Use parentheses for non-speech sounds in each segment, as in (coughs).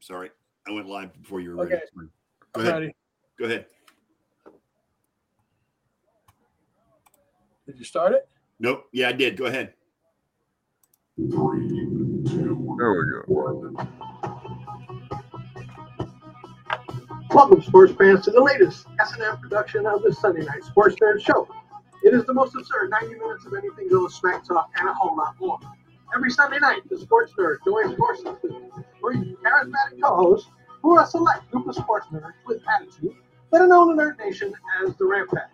Sorry, I went live before you were Okay. ready. Go I'm ahead. ready. Go ahead. Did you start it? Nope. Yeah, I did. Go ahead. There we go. Welcome, sports fans, to the latest S&M production of the Sunday Night Sports Nerd Show. It is the most absurd 90 minutes of anything goes, smack talk, and a whole lot more. Every Sunday night, the sports nerd joins forces with three charismatic co-hosts who are a select group of sports nerds with attitude that are known in Nerd Nation as the Ram Pack.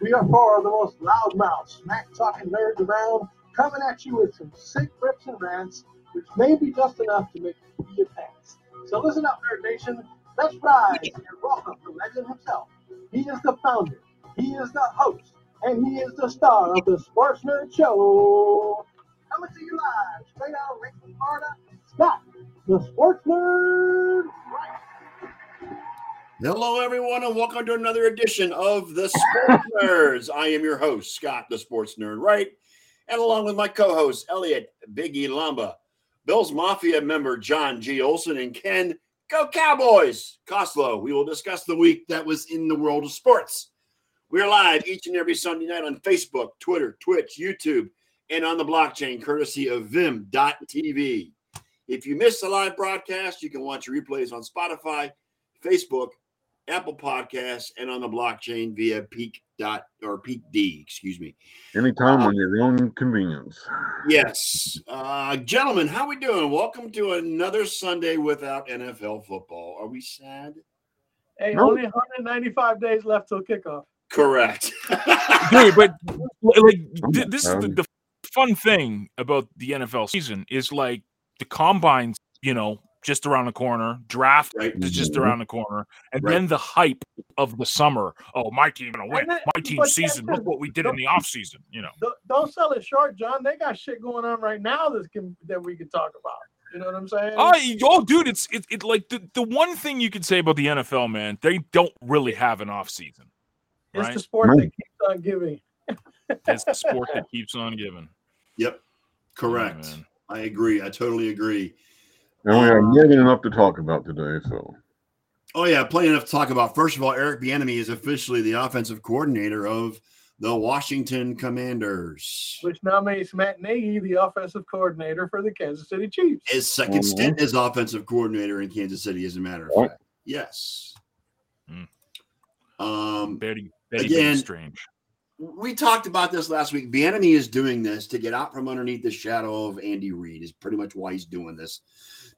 We are four of the most loudmouth, smack-talking nerds around, coming at you with some sick rips and rants, which may be just enough to make you pee your pants. So listen up, Nerd Nation. Let's rise and welcome the legend himself. He is the founder, he is the host, and he is the star of the Sports Nerd Show. Coming to you live, straight out of Lakeland, Florida, Scott, the Sports Nerd. Right. Hello, everyone, and welcome to another edition of the Sports Nerds. I am your host, Scott, the Sports Nerd, right? And along with my co hosts, Elliot Biggie Lamba, Bill's Mafia member, John G. Olson, and Ken Go Cowboys Coslow. We will discuss the week that was in the world of sports. We're live each and every Sunday night on Facebook, Twitter, Twitch, YouTube, and on the blockchain, courtesy of Vim.tv. If you missed the live broadcast, you can watch replays on Spotify, Facebook, Apple Podcasts, and on the blockchain via Peak dot or Peak D, excuse me. Anytime on your own convenience. Yes, uh, gentlemen, how we doing? Welcome to another Sunday without NFL football. Are we sad? Hey, No. only 195 days left till kickoff. Correct. (laughs) dude but like th- not this is the, done. the fun thing about the nfl season is like the combines you know just around the corner draft right. is just Mhm. around the corner and Mm-hmm. Right. then the hype of the summer oh my team gonna win And that- my team but season that's look what we did in the off season you know Don't, don't sell it short, John. They got shit going on right now that can that we can talk about. You know what I'm saying? Oh, y- oh, dude, it's it, it like the, the one thing you could say about the NFL, man, they don't really have an off season. it's Right? the sport Right. that keeps on giving. It's the sport that keeps on giving. Yep. Correct. man. I agree. I totally agree. And we have more than enough to talk about today. So Oh yeah, plenty enough to talk about. First of all, Eric Bieniemy is officially the offensive coordinator of the Washington Commanders. Which now makes Matt Nagy the offensive coordinator for the Kansas City Chiefs. His 2nd Mhm. stint as offensive coordinator in Kansas City, as a matter of Yep. fact. Yes. Mm. Um, Betty, Betty Again- Again, Strange. we talked about this last week. Bienemy is doing this to get out from underneath the shadow of Andy Reid. Is pretty much why he's doing this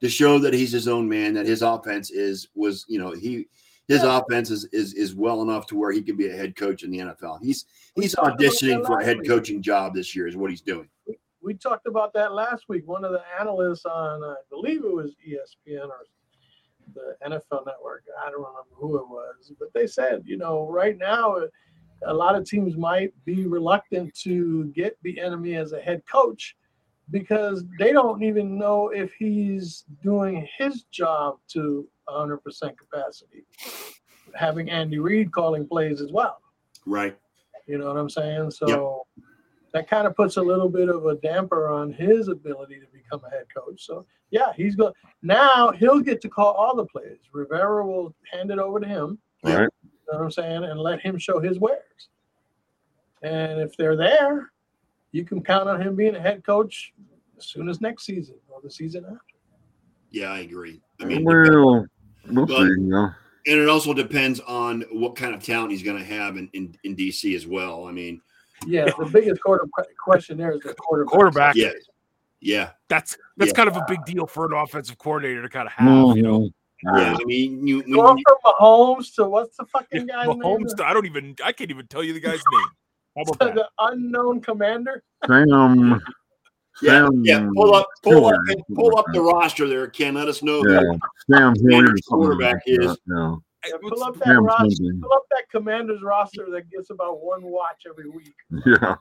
to show that he's his own man. That his offense is was you know he his offense is is is well enough to where he can be a head coach in the NFL. He's he's talked about that auditioning for a last head week. coaching job this year. Is what he's doing. we talked about that last week. One of the analysts on, I believe it was E ESPN or the NFL Network. I don't remember who it was, but they said, you know, right now, a lot of teams might be reluctant to get the enemy as a head coach because they don't even know if he's doing his job to 100% capacity. Having Andy Reid calling plays as well. Right. You know what I'm saying? So that kind of puts a little bit of a damper on his ability to become a head coach. So yeah, he's going now he'll get to call all the plays. Rivera will hand it over to him. Yeah. right. You know what I'm saying? And let him show his wares. And if they're there, you can count on him being a head coach as soon as next season or the season after. Yeah, I agree. I mean, well, Well- we'll see. You know. and it also depends on what kind of talent he's going to have in, in in DC as well. I mean, Yeah, the biggest quarter question there is the quarterback. Quarterback. Yeah. yeah, That's that's Yeah. kind of a big deal for an offensive coordinator to kind of have. You know, Mhm. yeah. I mean, you, when Going you- from Mahomes to what's the fucking guy's name? Mahomes. I don't even. I can't even tell you the guy's name. How about (laughs) that? the unknown commander. Sam. Yeah, Sam- yeah. Pull up, pull up, Stewart. pull up the roster there, Ken. Let us know. Hmm. Yeah, Sam Hoyer. Sanders quarterback is- No, Hey, Yeah, what's- pull up that Sam roster. something. Pull up that commander's roster that gets about one watch every week. Yeah.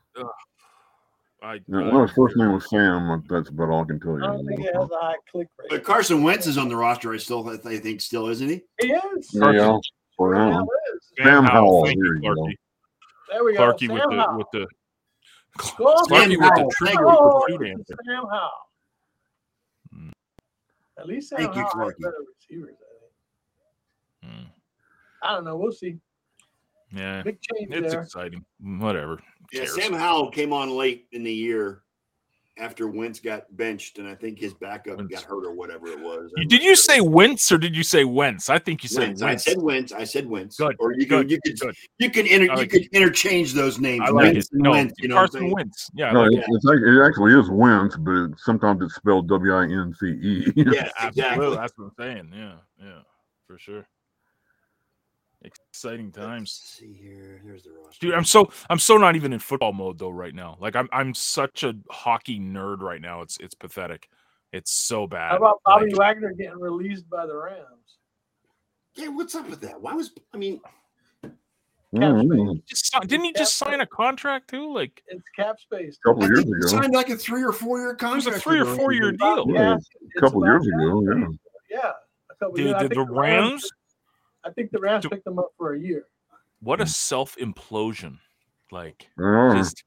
I- No, I- well, his first name was Sam. uh, but That's about all I can I tell Oh, don't think it you. has a high click But rate. Carson Wentz is on the roster. I still, I think, still isn't he? He is. Yeah, for Right now. now it is. Sam Howell, Thank there you, you go. Clarky. There we go. Clarky Sam with the Howell. with the. (laughs) Go Clarky with Sam Howell. the trigger with Oh, the it's shoot answer. Sam Howell. At least Thank you, Sam Howell has Clarkie. better receivers. I think. Hmm. I don't know. We'll see. Yeah, Big change it's there. exciting. Whatever. Yeah, Cares. Sam Howell came on late in the year after Wentz got benched, and I think his backup Wentz. got hurt or whatever it was. I'm not Did you sure. say Wentz or did you say Wentz? I think you said Wentz? Wentz. I said Wentz. I said Wentz. Good, Or you could good, you could good. you could inter- I you like could interchange those names. I like it. Wentz and No, Wentz, you know what I'm Carson saying? Wentz. Yeah, I No, like it, that. it's like, it actually is Wince, but it, sometimes it's spelled W I N C E. (laughs) Yes, it. exactly. Absolutely. That's what I'm saying. Yeah, yeah, for sure. Exciting times. Let's see here. Here's the roster. Dude, I'm so I'm so not even in football mode though right now. Like I'm I'm such a hockey nerd right now. It's it's pathetic. It's so bad. How about Bobby Like, Wagner getting released by the Rams? yeah, what's up with that? Why was I mean Mm, he just si- didn't he just sign a contract too? Like It's cap space. Couple I years think he ago. signed like a three or four year it was contract. a three or with four year them. deal. Yes, Yeah, a it's couple about years cap ago. space. Yeah. Yeah, a couple Dude, years. I the, think the Rams, I think the Rams Do- picked them up for a year. what a self implosion. Like Yeah. just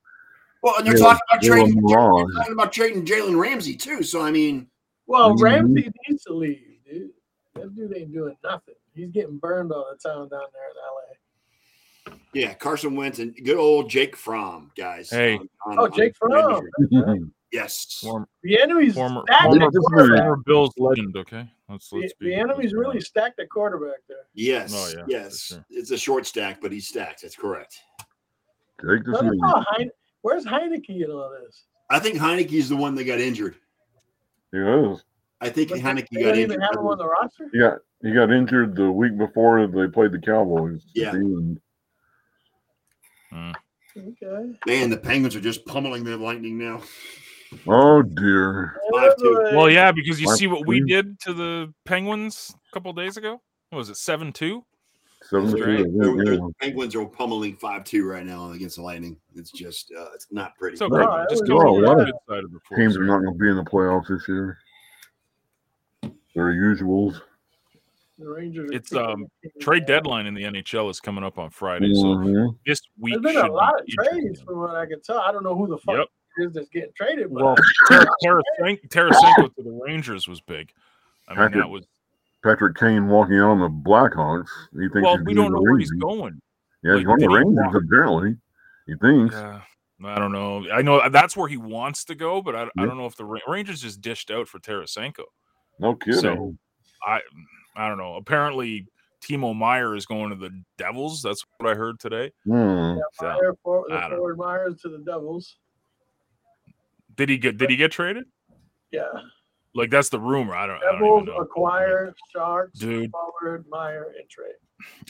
Well, and they're Yeah, talking about they were trading they're wrong. talking about trading Jalen Ramsey too. So I mean Well, Mhm. Ramsey needs to leave, dude. That dude ain't doing nothing. He's getting burned all the time down there in LA. Yeah, Carson Wentz and good old Jake Fromm, guys. Hey. On- on- Oh, on Jake the Fromm. injury. Mhm. Yes. former, The enemy's Former- stacked former- at quarterback. former Bills legend, okay? Let's The, let's the enemy's really stacked at quarterback there. Yes. Oh, yeah, for yes. sure. It's a short stack, but he stacks. That's correct. (laughs) Take this What lead. about Heine- Where's Heineke in all this? I think Heineke's the one that got injured. He is. I think But Heineke They got don't even injured. have him on the roster. He got he got injured the week before they played the Cowboys. at Yeah. the end. Okay. Man, the Penguins are just pummeling the Lightning now. Oh dear. Five, two. Anyway, Well, yeah, because you Mark see what we Green. did to the Penguins a couple days ago. What was it seven two? Seven to That's two. right. I They're- think, they're- yeah. the Penguins are pummeling 5 2 right now against the Lightning. It's just, uh, it's not pretty. It's okay. No, that Just was go on really the bad. good side of the force, Oh, Teams are right? not going to be in the playoffs this year. Their usuals. the Rangers. are It's, kicking (laughs) um, the can Trade down. deadline in the NHL is coming up on Friday, so Mhm. this week There's been a should lot of be trades interesting. from what I can tell. I don't know who the fuck Yep. it is that's getting traded, but Well, Tara- Tarasenko Tarasenko to the Rangers was big. I mean, Patrick that was Patrick Kane walking out on the Blackhawks. He thinks well. he's We going don't to know the where he's Rangers. going. Yeah, he's Like, going to did the he Rangers walk? apparently. He thinks. Yeah, I don't know. I know that's where he wants to go, but I, I Yeah. don't know if the Ra- Rangers just dished out for Tarasenko. No kidding. So- I I don't know. Apparently, Timo Meyer is going to the Devils. That's what I heard today. Hmm. So, Meyer for, the I don't- forward Myers to the Devils. did he get Did he get traded? Yeah, Like that's the rumor. I don't. I don't even Devils know. acquire Sharks Dude. forward Meyer and trade.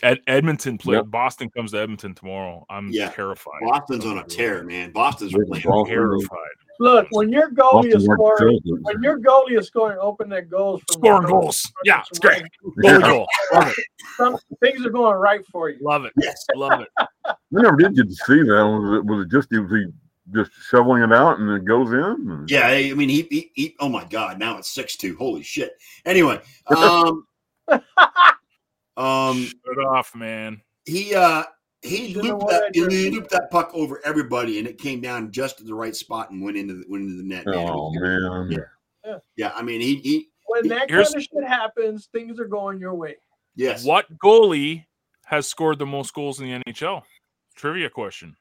Ed, Edmonton play. Yep. Boston comes to Edmonton tomorrow. I'm Yeah. terrified. Boston's on a tear, man. Boston's They're playing. Boston- Terrified. Look, when your goalie is Boston weren't scoring, Celtics. when your goalie is scoring open net goals, from Scoring goals. Yeah, it's great. Goal, Yeah. goal. Love it. Some, things are going right for you. Love it. Yes. Love it. We never did get to see that. Was it, was it just was he just shoveling it out and it goes in? Yeah, I mean, he, he, he, oh my God, now it's 6 2. Holy shit. (laughs) Anyway, um, um, Shut off, man. he uh he Should've looped won that, that he jersey. looped that puck over everybody, and it came down just at the right spot and went into the, went into the net. man. It Oh was- man. Yeah, I mean, he, he When that kind Here's- of shit happens, things are going your way. yes, What goalie has scored the most goals in the NHL? Trivia question.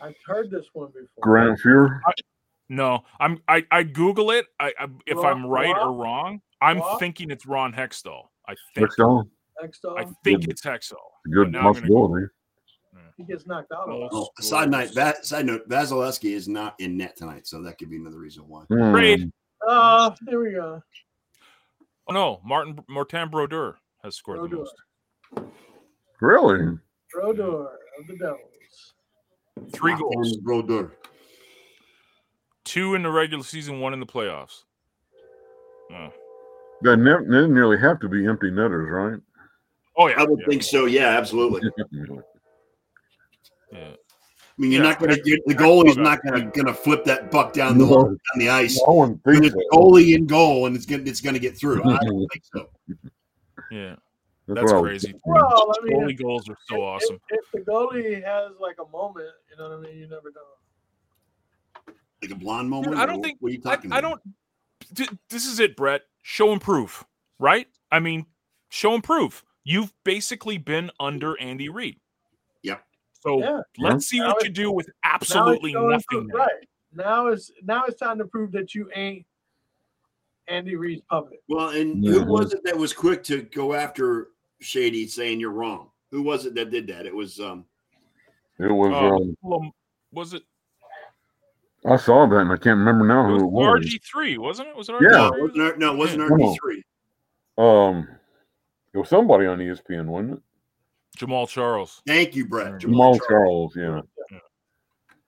I've heard this one before. Grant Fuhr. No, I'm. I I Google it. I, I if Ron- I'm right or Ron? wrong, I'm Ron? thinking it's Ron Hextall. I think. Next on. Next I off, think it's Hextall. Good now I'm gonna- possibility. he gets knocked out. a lot. Oh, side note, that side note, Vasilevsky is not in net tonight, so that could be another reason why. Hmm. Trade. Oh, there we go. Oh no, Martin Martin Brodeur has scored the Brodeur. most. Really? Brodor of the Devils. Three Martin goals, Brodeur. two in the regular season, one in the playoffs. Oh, They, ne- they nearly have to be empty netters, right? Oh, yeah, I would yeah, think so. Yeah, (laughs) absolutely. I yeah. mean, you're Yeah, not gonna I- you the goalie's that. not gonna gonna flip that puck down the No. down the ice. I wouldn't And think It's so. goalie in goal, and it's gonna it's gonna get Mm-hmm. through. I don't (laughs) think so. yeah. That's, That's what I was crazy. thinking. Well, I mean, Goalie goals are so if- awesome. If, the goalie has like a moment, you know what I mean. You never know. Like a blonde moment. I or don't what- think- What are you I, talking I about? don't. th- this is it, Brett. Show and prove, right? I mean, show and prove. You've basically been under Andy Reid. Yep. So Yeah. let's see Now what it's- you do with Now it's absolutely showing nothing. proof, now. Right now it's now it's time to prove that you ain't Andy Reid's puppet. Well, and who Mhm. was it that was quick to go after Shady saying you're wrong? Who was it that did that? It was um It was. Uh, um, Lam- was it? I saw that and I can't remember now It who it was. was RG3, wasn't it? Was it Yeah. no, RG3? it wasn't, R- no, it wasn't Yeah. RG three. Um, it was somebody on E ESPN, wasn't it? Jamal Charles. Thank you, Brett. Mm. Jamal Charles. Yeah. Yeah.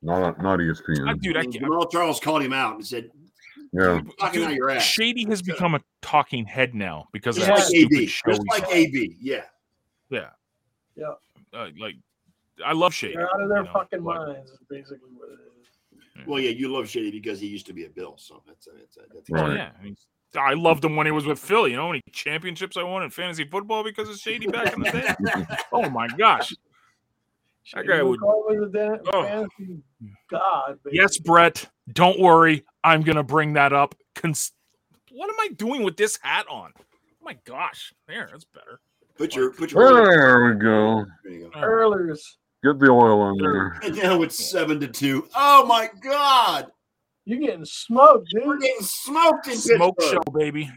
Not not E ESPN. I, dude, I Charles. can't. Jamal Charles called him out and said, yeah. dude, "Talking out your ass." Shady has become a talking head now because Just of that like stupid AB. show. Just he- like AB. Yeah. uh, like, I love Shady. They're out of their you know, fucking but- minds. Is basically what it is. Well, yeah, you love Shady because he used to be a Bill. So that's that's, that's Oh, Right. yeah. I, mean, I loved him when he was with Philly. You know, any championships I won in fantasy football because of Shady back in the day. (laughs) Oh my gosh. That guy Shady would- McCoy was a dan- Oh. fantasy god. Yes, basically. Brett. Don't worry. I'm gonna bring that up. Cons- what am I doing with this hat on? Oh my gosh. There, that's better. put your put your. There we go. There you go. Earlers. Get the oil on there. And now it's seven to two. Oh my God! You're getting smoked, We're dude. getting smoked in Smoke Pittsburgh. show, baby.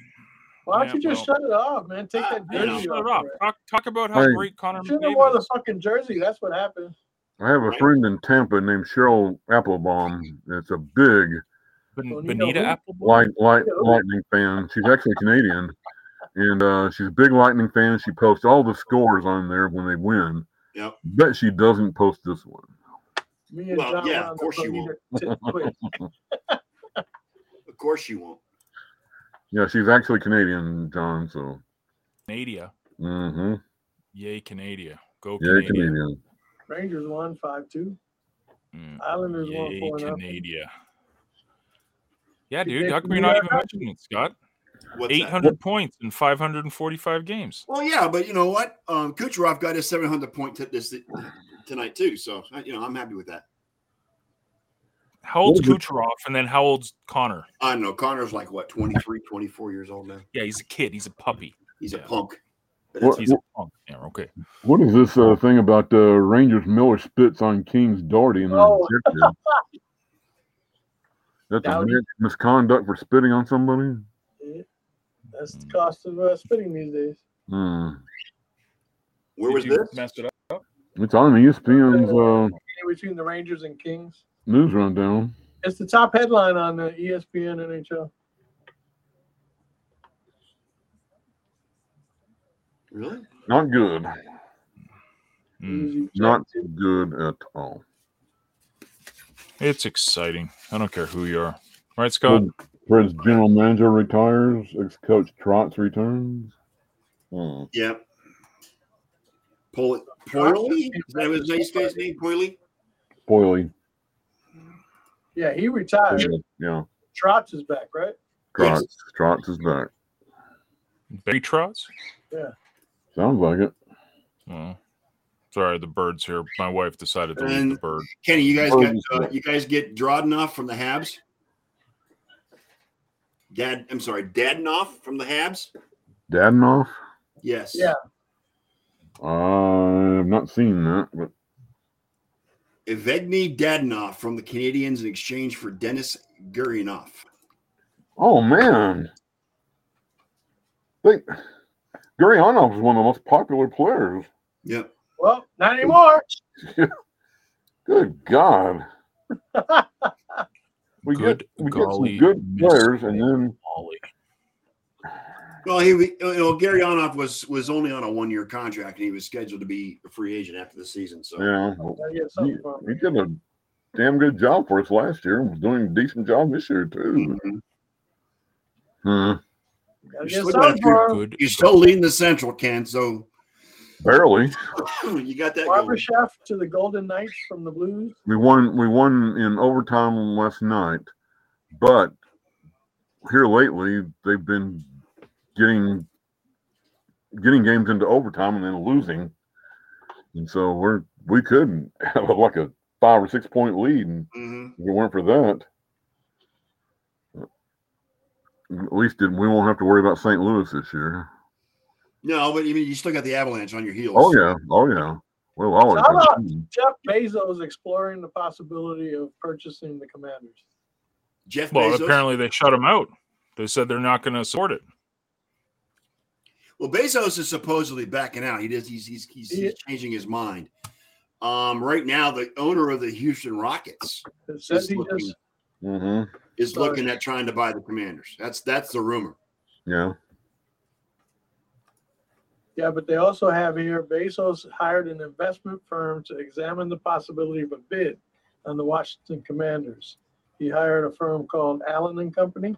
Why don't Yeah, you just shut it off, man? Take that Yeah, There, jersey shut you it off. off. Oh, Brett. Talk, talk about how Hey. great Connor Shouldn't McDavid have wore the is. fucking jersey. That's what happened. I have a Right. friend in Tampa named Cheryl Applebaum. It's a big Ben- Bonito Benita who? Apple. light, light, Yeah. lightning fan. She's actually Canadian, and uh, she's a big lightning fan. She posts all the scores on there when they win. Yep. Bet she doesn't post this one. Me and Well, John yeah, of were on the course you phone. won't. (laughs) T- quick. Of course you won't. Yeah, she's actually Canadian, John. So, Canada. mm-hmm. Yay, Canada. Go yeah, Canada. Canadian. Rangers won five two. Mm. Islanders won Yay, four nothing. Canada. Yeah, Did dude. they How come do you're not that? even mentioning it, Scott? What's that? 800 points in 545 games. Well, yeah, but you know what? Um, Kucherov got his 700 point tip this tonight too. So I- you know, I'm happy with that. How old's What Kucherov, and then how old's Connor? I don't know. Connor's like what 23, 24 years old now. Yeah, he's a kid. He's a puppy. He's a Yeah. punk. But What- He's a punk. Yeah, okay. What is this uh, thing about uh, Rangers Miller spits on King's Doherty and Oh. rejected? That's a Doughty. mis- misconduct for spitting on somebody. Yeah. That's the cost of uh, spitting these days. Hmm. Where Did was you this? Mess it up. It's on E ESPN's uh, Between the Rangers and Kings. news rundown. It's the top headline on the E ESPN NHL. Really? Not good. Hmm. Mm. Easy. Not good at all. It's exciting. I don't care who you are. Right, Scott? Fred's general manager retires. Ex-coach Trotz returns. Hmm. Yeah. Pol- Poily? Is that his nice guy's name? Poily? Spoily. Yeah, he retired. Yeah. Trotz is back, right? Trotz. Trotz is back. Barry Trotz? Sounds like it. Oh. Sorry, the bird's here. My wife decided to leave the And- bird. Kenny, you guys Oh, got he's uh, back. you guys get Drodnoff from the Habs? Dad, I'm sorry, Dadnoff from the Habs? Dadnoff. Yes. Yeah. I've not seen that, but Evgeny Dadnoff from the Canadians in exchange for Dennis Gurionov. oh man, they Gary Onoff is one of the most popular players. Yep. Well, not anymore. Good (laughs) God, we Good get we golly, get some good Miss players, and then Ollie. Well, he you know Garyanov was was only on a one year contract and he was scheduled to be a free agent after the season. So yeah, Gotta get he, something for he him. did a damn good job for us last year. and Was doing a decent job this year too. Mhm. Hmm. Gotta You get still gotta something for him. Good. you're still leading the Central, Ken. So (clears throat) Barely. you got that. Going. Barbara Chef to the Golden Knights from the Blues. We won. We won in overtime last night, but here lately they've been getting getting games into overtime and then losing, and so we're we could have like a five or six Mm-hmm. point lead, and Mhm. if it weren't for that. At least it, we won't have to worry about St. Louis this year. No, but you mean you still got the Avalanche on your heels. Oh yeah, oh yeah. We'll always. Shut up. have them. Jeff Bezos exploring the possibility of purchasing the Commanders. Jeff Well, Bezos. apparently they shut him out. They said they're not going to support it. Well, Bezos is supposedly backing out. He does. He's he's he's, Yeah. he's changing his mind. Um, right now, the owner of the Houston Rockets It says Just he looking- just Mhm. is Sorry. looking at trying to buy the Commanders. That's that's the rumor. Yeah. yeah, but they also have here Bezos hired an investment firm to examine the possibility of a bid on the Washington Commanders. He hired a firm called Allen and Company,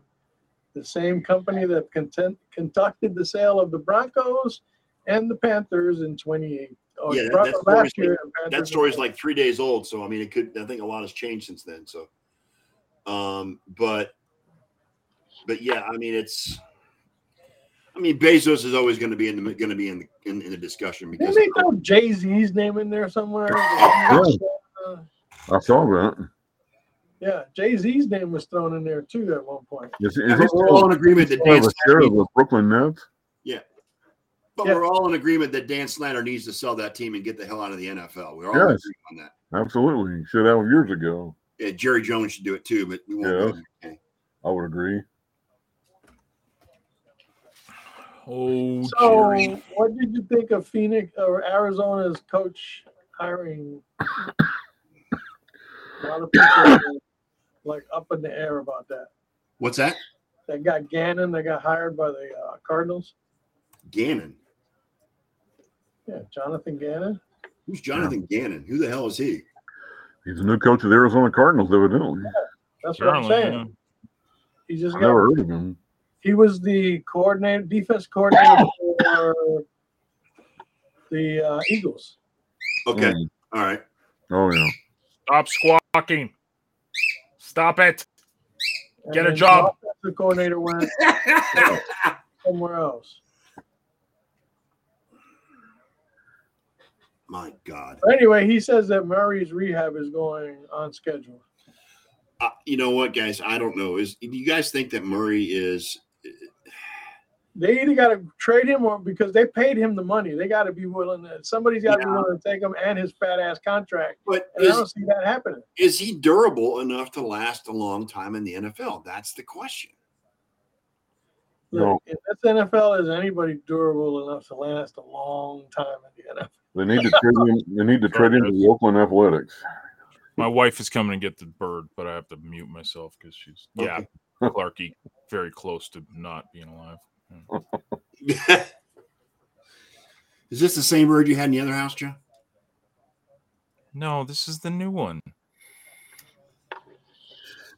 the same company that content, conducted the sale of the Broncos and the Panthers in 28. Oh, Yeah, that- Broncos that story's last year and That Panthers in story's like three days old, so I mean, it could. I think a lot has changed since then. So, um, but but yeah, I mean, it's. I mean, Bezos is always going to be in the going to be in the in, in the discussion Didn't because they throw Jay Z's name in there somewhere? Uh, I saw that. yeah, Jay Z's name was thrown in there too at one point. Is, I is mean, it we're all in agreement that Dan the Snyder, share of the Brooklyn Nets? but Yeah. we're all in agreement that Dan Snyder needs to sell that team and get the hell out of the NFL. We're all in Yes. agreement on that. Absolutely. Should have years ago. Yeah, Jerry Jones should do it too, but we won't. go there. Okay. I would agree. Oh, So, Jerry. what did you think of Phoenix or Arizona's coach hiring? A lot of people are, like up in the air about that. What's that? They got Gannon. They got hired by the uh, Cardinals. Gannon. Yeah, Jonathan Gannon. Who's Jonathan Gannon? Who the hell is he? He's the new coach of the Arizona Cardinals, evidently. That's what I'm Apparently, saying. yeah. He just I've got never heard of him. he was the coordinator, defense coordinator for the uh, Eagles. Okay. Mm. All right. Oh yeah. Stop squawking. Stop it. And Get a then job. The offensive coordinator (laughs) went somewhere else. My God. But anyway, he says that Murray's rehab is going on schedule. Uh, you know what, guys? I don't know. Is do you guys think that Murray is? They either got to trade him or because they paid him the money, they got to be willing to. Somebody's got to be Yeah. willing to take him and his fat ass contract. But And I is don't see that happening. is he durable enough to last a long time in the NFL? That's the question. (laughs) No. Look, in this NFL, is anybody durable enough to last a long time in the NFL? They need to trade him. They need to trade him to the Oakland Athletics. My wife is coming to get the bird, but I have to mute myself because she's yeah, Okay. (laughs) Clarky, very close to not being alive. is this the same bird you had in the other house, Joe? No, this is the new one.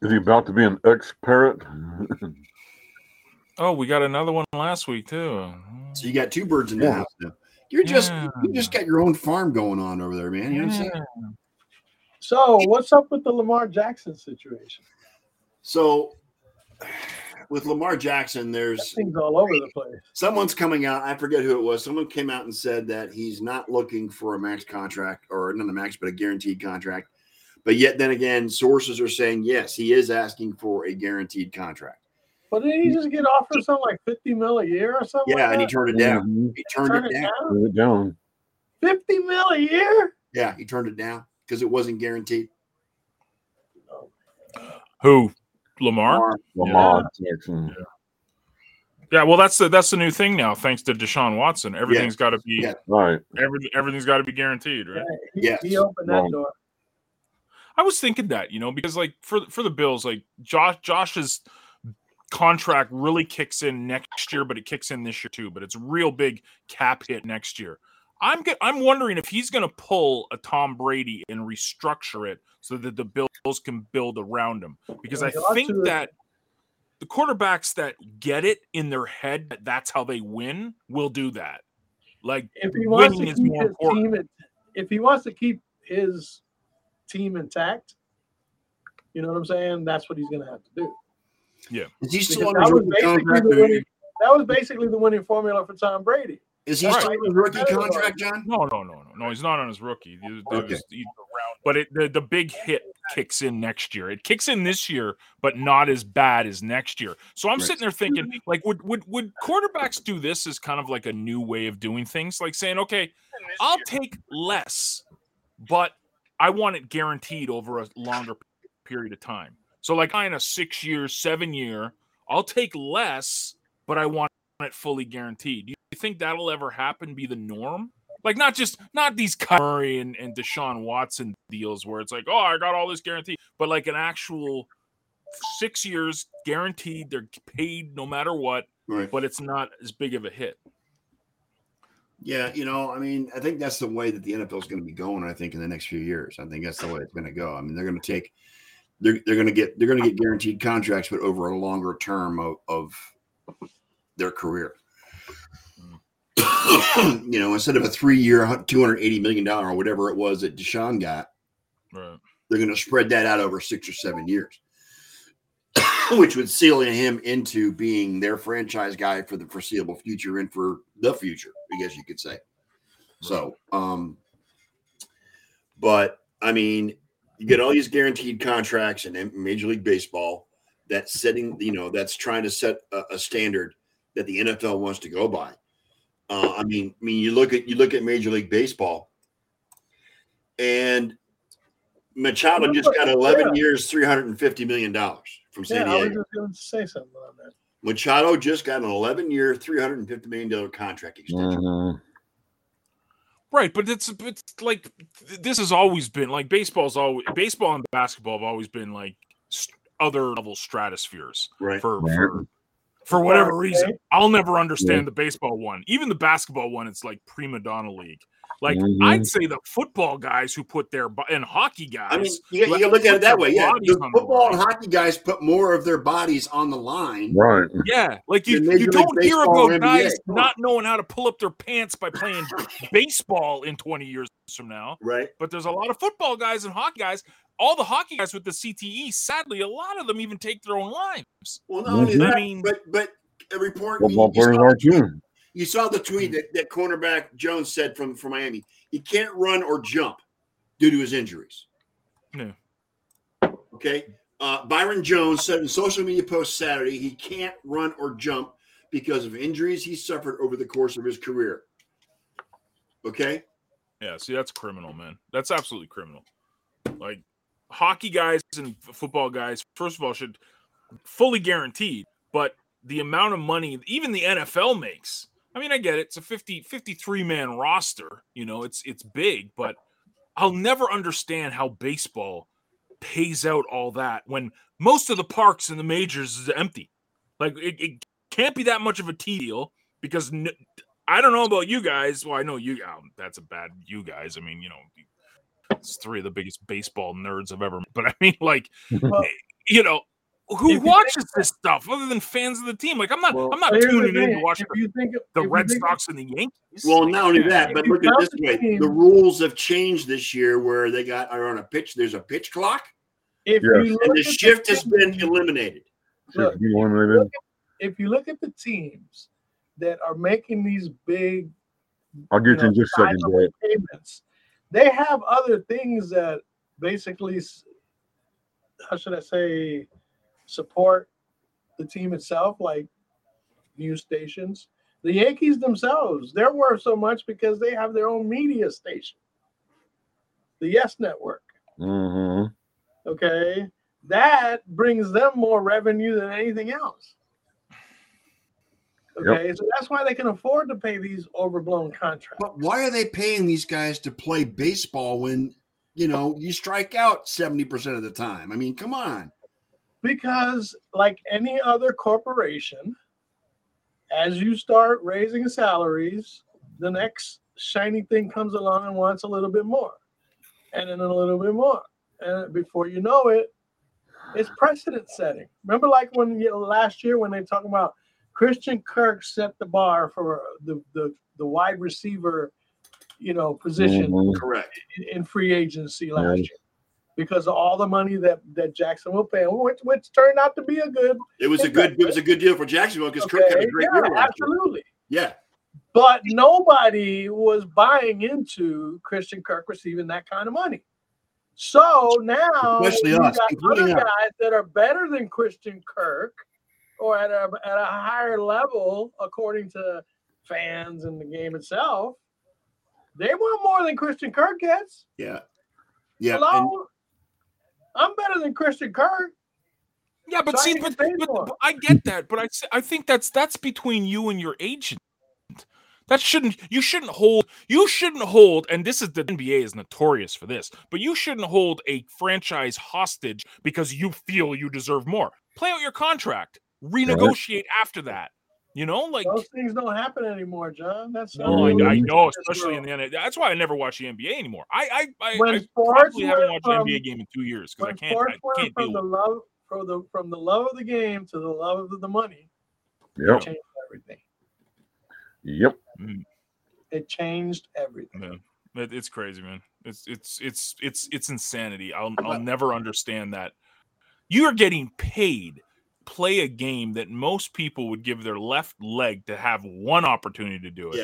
Is he about to be an ex parrot? Oh, we got another one last week too. So you got two birds in the Yeah. house now. You're just Yeah. you just got your own farm going on over there, man. You know what I'm saying? Yeah. So, what's up with the Lamar Jackson situation? So (sighs) with Lamar Jackson, That there's thing's all over the place. someone's coming out. I forget who it was. Someone came out and said that he's not looking for a max contract or not a max, but a guaranteed contract. But yet, then again, sources are saying yes, he is asking for a guaranteed contract. But did he just get offered something like 50 mil a year or something? Yeah, like and he that? turned it (laughs) down. Mhm. He turned it down. Turn it down. 50 mil a year? Yeah, he turned it down because it wasn't guaranteed. Who? Lamar? Or- Lamar Jackson. Yeah, well that's the that's the new thing now, thanks to Deshaun Watson. Everything's gotta be Yeah. Right. every, everything's gotta be guaranteed, right? He, Yes. he opened that Wrong. door. I was thinking that, you know, because like for for the Bills, like Josh Josh's contract really kicks in next year, but it kicks in this year too. But it's a real big cap hit next year. I'm go- I'm wondering if he's going to pull a Tom Brady and restructure it so that the Bills can build around him because Yeah, I he'll have think to- that the quarterbacks that get it in their head that that's how they win will do that. Like If he wants to Winning is keep more his important. team, in- if he wants to keep his team intact, you know what I'm saying? That's what he's going to have to do. Is he still on Because that his was rookie basically contract? the winning, that was basically the winning formula for Tom Brady. Is he still Right. on his rookie contract, John? no, no, no, no, no. He's not on his rookie. He, Okay. was, he's around but it the, the big hit kicks in next year. It kicks in this year, but not as bad as next year. So I'm Right. sitting there thinking, like, would would would quarterbacks do this as kind of like a new way of doing things? Like saying, okay, I'll take less, but I want it guaranteed over a longer period of time. So like I in a six year, seven year, I'll take less, but I want it fully guaranteed. Do you think that'll ever happen? Be the norm? Like not just not these Kyler Murray and, and Deshaun Watson deals where it's like, oh, I got all this guarantee, but like an actual six years guaranteed, they're paid no matter what, Right. but it's not as big of a hit. Yeah, you know, I mean, I think that's the way that the NFL is going to be going. I think in the next few years, I think that's the way it's going to go. I mean, they're going to take, they're they're going to get they're going to get guaranteed contracts, but over a longer term of of their career. (coughs) you know, instead of a three year, two hundred eighty million dollar or whatever it was that Deshaun got, Right. they're going to spread that out over six or seven years, which would seal him into being their franchise guy for the foreseeable future and for the future, I guess you could say. So, um, but I mean, you get all these guaranteed contracts in Major League Baseball that's setting, you know, that's trying to set a, a standard that the NFL wants to go by. Uh, I mean, I mean, you look at you look at Major League Baseball, and Machado just got 11 years, 350 million dollars from San Yeah, I was Diego. just going to say something on that. Machado just got an 11 year, 350 million dollar contract extension. Mhm. Right, but it's it's like th- this has always been like baseball's always baseball and basketball have always been like st- other level stratospheres Right. for Right. for, for whatever reason. I'll never understand Yeah. the baseball one, even the basketball one. It's like prima donna league. Like Mhm. I'd say the football guys who put their bo- and hockey guys. I mean, you, you look at it that way. Yeah, the football and hockey guys put more of their bodies on the line. Right. Yeah, like you, Than Major you League don't hear Baseball or about NBA, guys come on. not knowing how to pull up their pants by playing baseball in 20 years from now. Right. but there's a lot of football guys and hockey guys. All the hockey guys with the CTE, sadly, a lot of them even take their own lives. Well, not only Mhm. I that, mean- but but a report. you- Mm-hmm. Football you, players saw, are too. you saw the tweet that, that cornerback Jones said from from Miami. He can't run or jump due to his injuries. Yeah. Okay. Uh, Byron Jones said in social media post Saturday he can't run or jump because of injuries he suffered over the course of his career. Okay. Yeah, see, that's criminal, man. That's absolutely criminal. Like hockey guys and f- football guys, first of all, should fully guaranteed, but the amount of money even the NFL makes. I mean, I get it. It's a 50 53 man roster, you know, it's it's big, but I'll never understand how baseball pays out all that when most of the parks in the majors is empty. Like it, it can't be that much of a tea deal because n- I don't know about you guys. Well, I know you. Um, that's a bad you guys. I mean, you know, it's three of the biggest baseball nerds I've ever. Met. But I mean, like, (laughs) Well- you know, If who you think watches this stuff other than fans of the team? Like, I'm not. Well, I'm not Here's the tuning in to thing, watch if the, you think the if you Red think- Stocks and the Yankees. Well, not only that, but If you look at count this the way: the teams- rules have changed this year, where they got are on a pitch. There's a pitch clock, If Yes. you look and at the shift has been eliminated. Should Look, be eliminated. if you look at the teams that are making these big I'll get you in just a second, Jay. payments, they have other things that basically, s- how should I say, support the team itself, like news stations. The Yankees themselves, they're worth so much because they have their own media station, the Yes Network. hmm Okay. That brings them more revenue than anything else. Yep. Okay. So that's why they can afford to pay these overblown contracts. But why are they paying these guys to play baseball when you know you strike out seventy percent of the time? I mean, come on. Because, like any other corporation, as you start raising salaries, the next shiny thing comes along and wants a little bit more, and then a little bit more. And before you know it, it's precedent setting. Remember, like when you, last year when they talking about Christian Kirk set the bar for the, the, the wide receiver, you know, position Mhm. Correct. in, in free agency last Right. year because of all the money that that Jackson will pay, which, which turned out to be a good. It was a good. It was a good deal for Jacksonville because Kirk had a okay, great yeah, year. last year. absolutely. Yeah. But nobody was buying into Christian Kirk receiving that kind of money. So now Especially you us, got including other us. guys that are better than Christian Kirk, or at a at a higher level according to fans and the game itself. They want more than Christian Kirk gets. Yeah. Yeah. Hello, and- I'm better than Christian Kirk. Yeah, but So I see, didn't but, pay but- for it. but I get that, but I s- I think that's that's between you and your agent. That shouldn't you shouldn't hold you shouldn't hold and this is the NBA is notorious for this, but you shouldn't hold a franchise hostage because you feel you deserve more. Play out your contract, renegotiate after that. You know, like Those things don't happen anymore, John. That's no, I, Mhm. I know, especially in the NBA. That's why I never watch the NBA anymore. I I, I, When I sports probably haven't went watched from- an NBA game in two years because I when can't sports I went can't deal from with the it. love from the from the love of the game to the love of the money. It Yep. changed everything. Yep. It changed everything. man it, it's crazy man it's it's it's it's it's insanity i'll i'll But- never understand that you are getting paid play a game that most people would give their left leg to have one opportunity to do it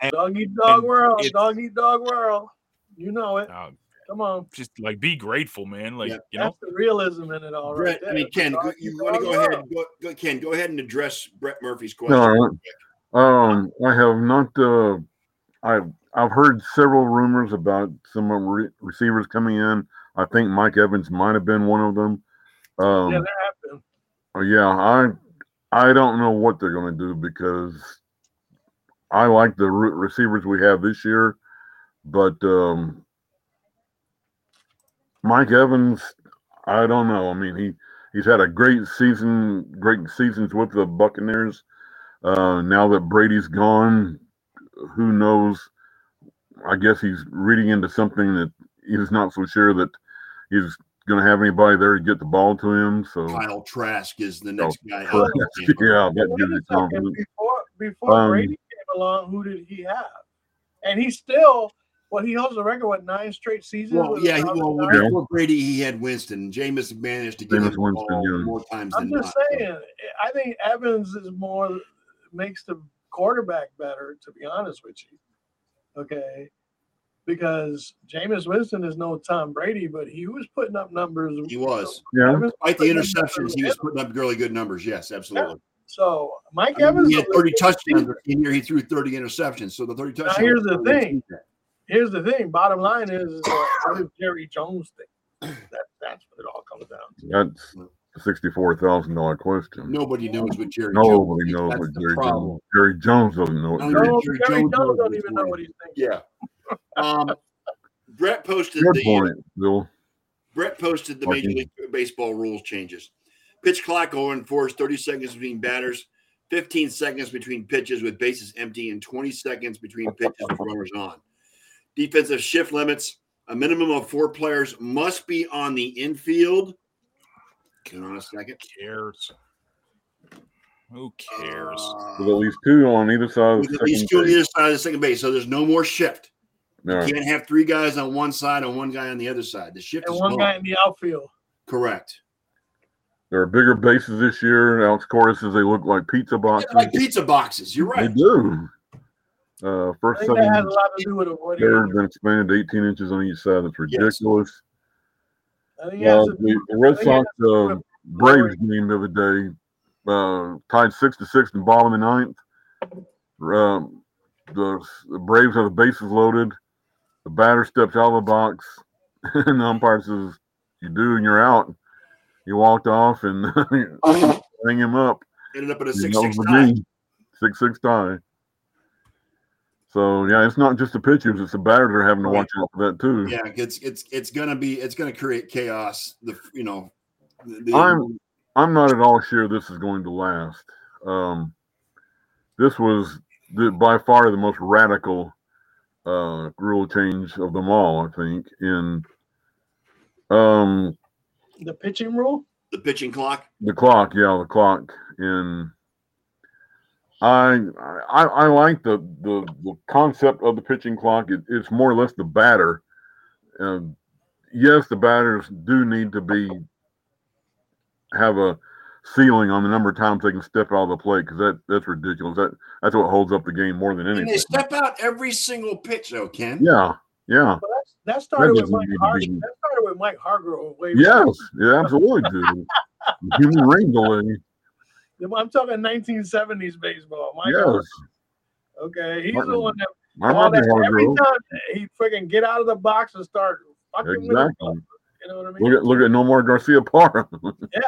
yes. Dog eat dog And world. it's- Dog eat dog world. You know it. Uh, Come on. just like be grateful man like Yeah. you know That's the realism in it all right Brett, I mean, there. Ken, go- Dog you eat want to dog go ahead? world. Go, go, Ken, go ahead and address Brett Murphy's question. No, um, I have not. Uh, I've I've heard several rumors about some of re- receivers coming in. I think Mike Evans might have been one of them. Um, Yeah, that happened. Uh, Yeah, I I don't know what they're going to do because I like the re- receivers we have this year, but um, Mike Evans, I don't know. I mean, he he's had a great season, great seasons with the Buccaneers. Uh, now that Brady's gone, who knows? I guess he's reading into something that he's not so sure that he's going to have anybody there to get the ball to him. So. (laughs) Kyle Trask is the next guy. out. Correct. Oh, Yeah, that Wait gives a you second. confidence. Before before Um, Brady came along, who did he have? And he still well, he holds the record with nine straight seasons. Well, with yeah, he, 1,000 well, yards? Yeah. before Brady, he had Winston. Jameis managed to get him Jameis the Winston, ball yeah. more times I'm than just not. saying. I think Evans is more makes the quarterback better, to be honest with you. Okay, because Jameis Winston is no Tom Brady, but he was putting up numbers. He was. Yeah, Evans Despite the putting up interceptions, numbers. he was putting up really good numbers. Yes, absolutely. So Mike I mean, Evans. he had 30 touchdowns receiver. in here. He threw 30 interceptions. So the 30 touchdowns. here's the thing. Here's the thing. Bottom line is, is uh, what if Jerry Jones thing? That, that's what it all comes down. to. that's a sixty-four thousand dollar question. Nobody knows what Jerry Jones Nobody thinks. knows That's what the Jerry problem. Jones. Jerry Jones doesn't No, know what Jerry Jerry. Jones- Jerry Jones Jones knows don't even what's know going what he's thinking. Yeah. Um, Brett posted Good the point, Bill. Brett posted the Major Okay. League Baseball rules changes. Pitch clock will enforce 30 seconds between batters, 15 seconds between pitches with bases empty, and 20 seconds between pitches with runners on. Defensive shift limits. A minimum of four players must be on the infield. Hang on a second. who cares who cares Uh, With at least two on either side of with the at least second two on base. either side of the second base. So there's no more shift. No, You can't have three guys on one side and one guy on the other side. The shift And is one gone. guy in the outfield. Correct. there are bigger bases this year. Alex Cora says they look like pizza boxes. Like pizza boxes. You're They right. do. Uh, I first, think that has a second, lot to do with avoiding. third, then expanded to eighteen inches on each side. That's Yes. ridiculous. I think it Yeah, has the, to do the Red I think it Sox uh, with Braves game the other day uh, tied six to six in the bottom of the ninth. Um, the, the Braves have the bases loaded. The batter steps out of the box, (laughs) and the umpire says, "You do, and you're out." He walked off and (laughs) hang him up. Ended up at a And six that six was the tie. game. Six six tie. So yeah, it's not just the pitchers; it's the batters that are having to Right. watch out for that too. yeah it's it's it's gonna be it's gonna create chaos the you know the, the- I'm- I'm not at all sure this is going to last. Um, this was the, by far the most radical uh, rule change of them all, I think. In um, the pitching rule. the pitching clock the clock, yeah, the clock. In I, I, I like the, the the concept of the pitching clock. It, it's more or less the batter. Um, yes, the batters do need to be have a ceiling on the number of times they can step out of the plate because that that's ridiculous. That that's what holds up the game more than and anything. they step out every single pitch though ken Yeah, yeah. Well, that's, that started with doesn't Mike need to Hardy. be- That started with Mike Hargrove. Way Yes, it absolutely did. Human ring (laughs) delay. I'm talking 1970s baseball. Mike Yes. Hargrove. Okay, he's Martin. the one that, I all might be that- every hard time he freaking get out of the box and start fucking with him. Exactly. You know what I mean? Look at look at No More Garcia Parra. (laughs) yeah,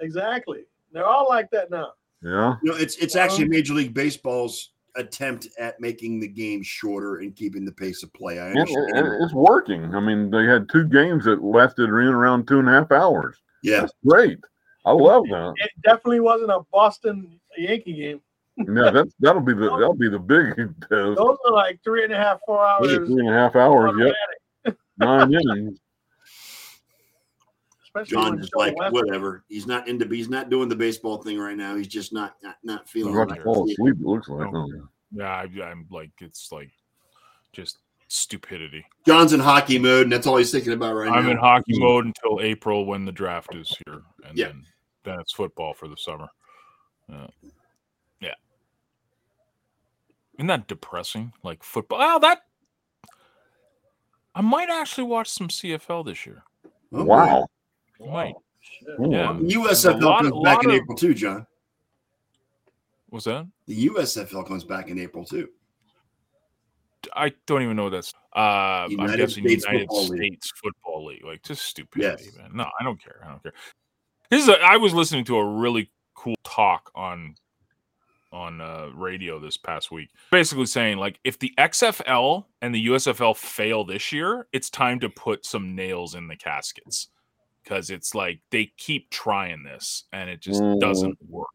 exactly. They're all like that now. yeah. You know, it's it's actually Major League Baseball's attempt at making the game shorter and keeping the pace of play. I It- understand. it- it's working. I mean, they had two games that lasted in around two and a half hours. yeah, That's great. I love that. It definitely wasn't a Boston Yankee game. Yeah, that's that'll be the that'll be the big (laughs) test. Those are like three and a half, four hours. Three and a half hours. Yep, automatic, nine (laughs) innings. Especially John when just Joe like West- whatever. He's not into he's not doing the baseball thing right now. He's just not not, not He's feeling about like to fall it. asleep. It looks like. Oh. Yeah, I, I'm like it's like just stupidity. John's in hockey mode, and that's all he's thinking about right I'm now. in hockey mode until April when the draft is here, and Yeah. then then it's football for the summer. Uh, yeah, isn't that depressing? Like football. Oh, that I might actually watch some CFL this year. Oh, boy. Wow. I might. Shit. Yeah. USFL A lot comes of- back lot in of- April too, John. Was that? The USFL comes back in April too. I don't even know what that's. Uh, I'm United guessing States United Football League. States Football League. Like just stupidity, Yes. man. No, I don't care. I don't care. This is. A, I was listening to a really cool talk on on uh, radio this past week, basically saying like if the XFL and the USFL fail this year, it's time to put some nails in the caskets because it's like they keep trying this and it just Mm. doesn't work.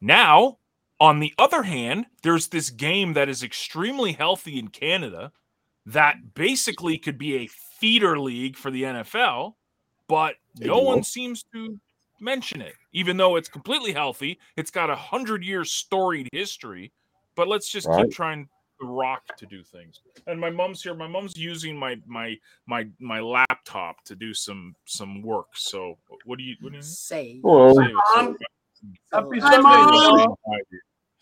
Now, on the other hand, there's this game that is extremely healthy in Canada that basically could be a feeder league for the NFL, but They no do. one seems to mention it, even though it's completely healthy. It's got a hundred year storied history, but let's just Right. keep trying to rock to do things. And my mom's here. My mom's using my my my my laptop to do some some work. So what do you what do you Say. Hello. say? Mom. So- Happy Hi, Sunday, Mom. y'all.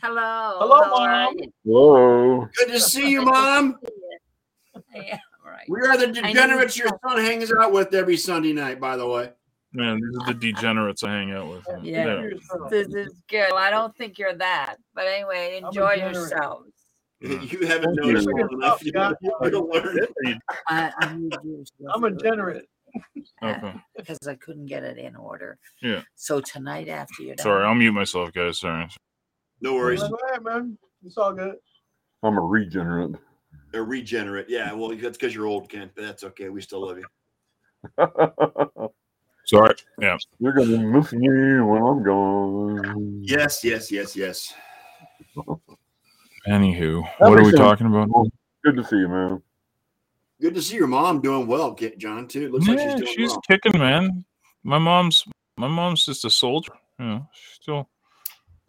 Hello. Hello, how are Mom. you? (laughs) Hello. Good to see you, mom. Yeah, all right. We are the degenerates your son hangs out with every Sunday night. By the way, Man, these (laughs) are the degenerates I hang out with. Yeah. This is good. Well, I don't think you're that, but anyway, I'm a enjoy generous. yourselves. Yeah. (laughs) you haven't Thank known us you. long (laughs) enough. You don't you don't learn. I, I need you to (laughs) I'm a generous. Okay. because I couldn't get it in order. Yeah. So tonight after you're done, Sorry, I'll mute myself, guys. Sorry. No worries. All right, man. It's all good. I'm a regenerate. (laughs) They're regenerate. Yeah, well, that's because you're old, Ken. But that's okay. We still love you. You're Sorry. Yeah. gonna miss me when I'm gone. Yes, yes, yes, yes. Anywho, what are we Everything. talking about? Good to see you, man. (laughs) Good to see your mom doing well, Ke- John. Too looks like she's Yeah, doing she's, well. kicking, man. My mom's my mom's just a soldier. You know, she's still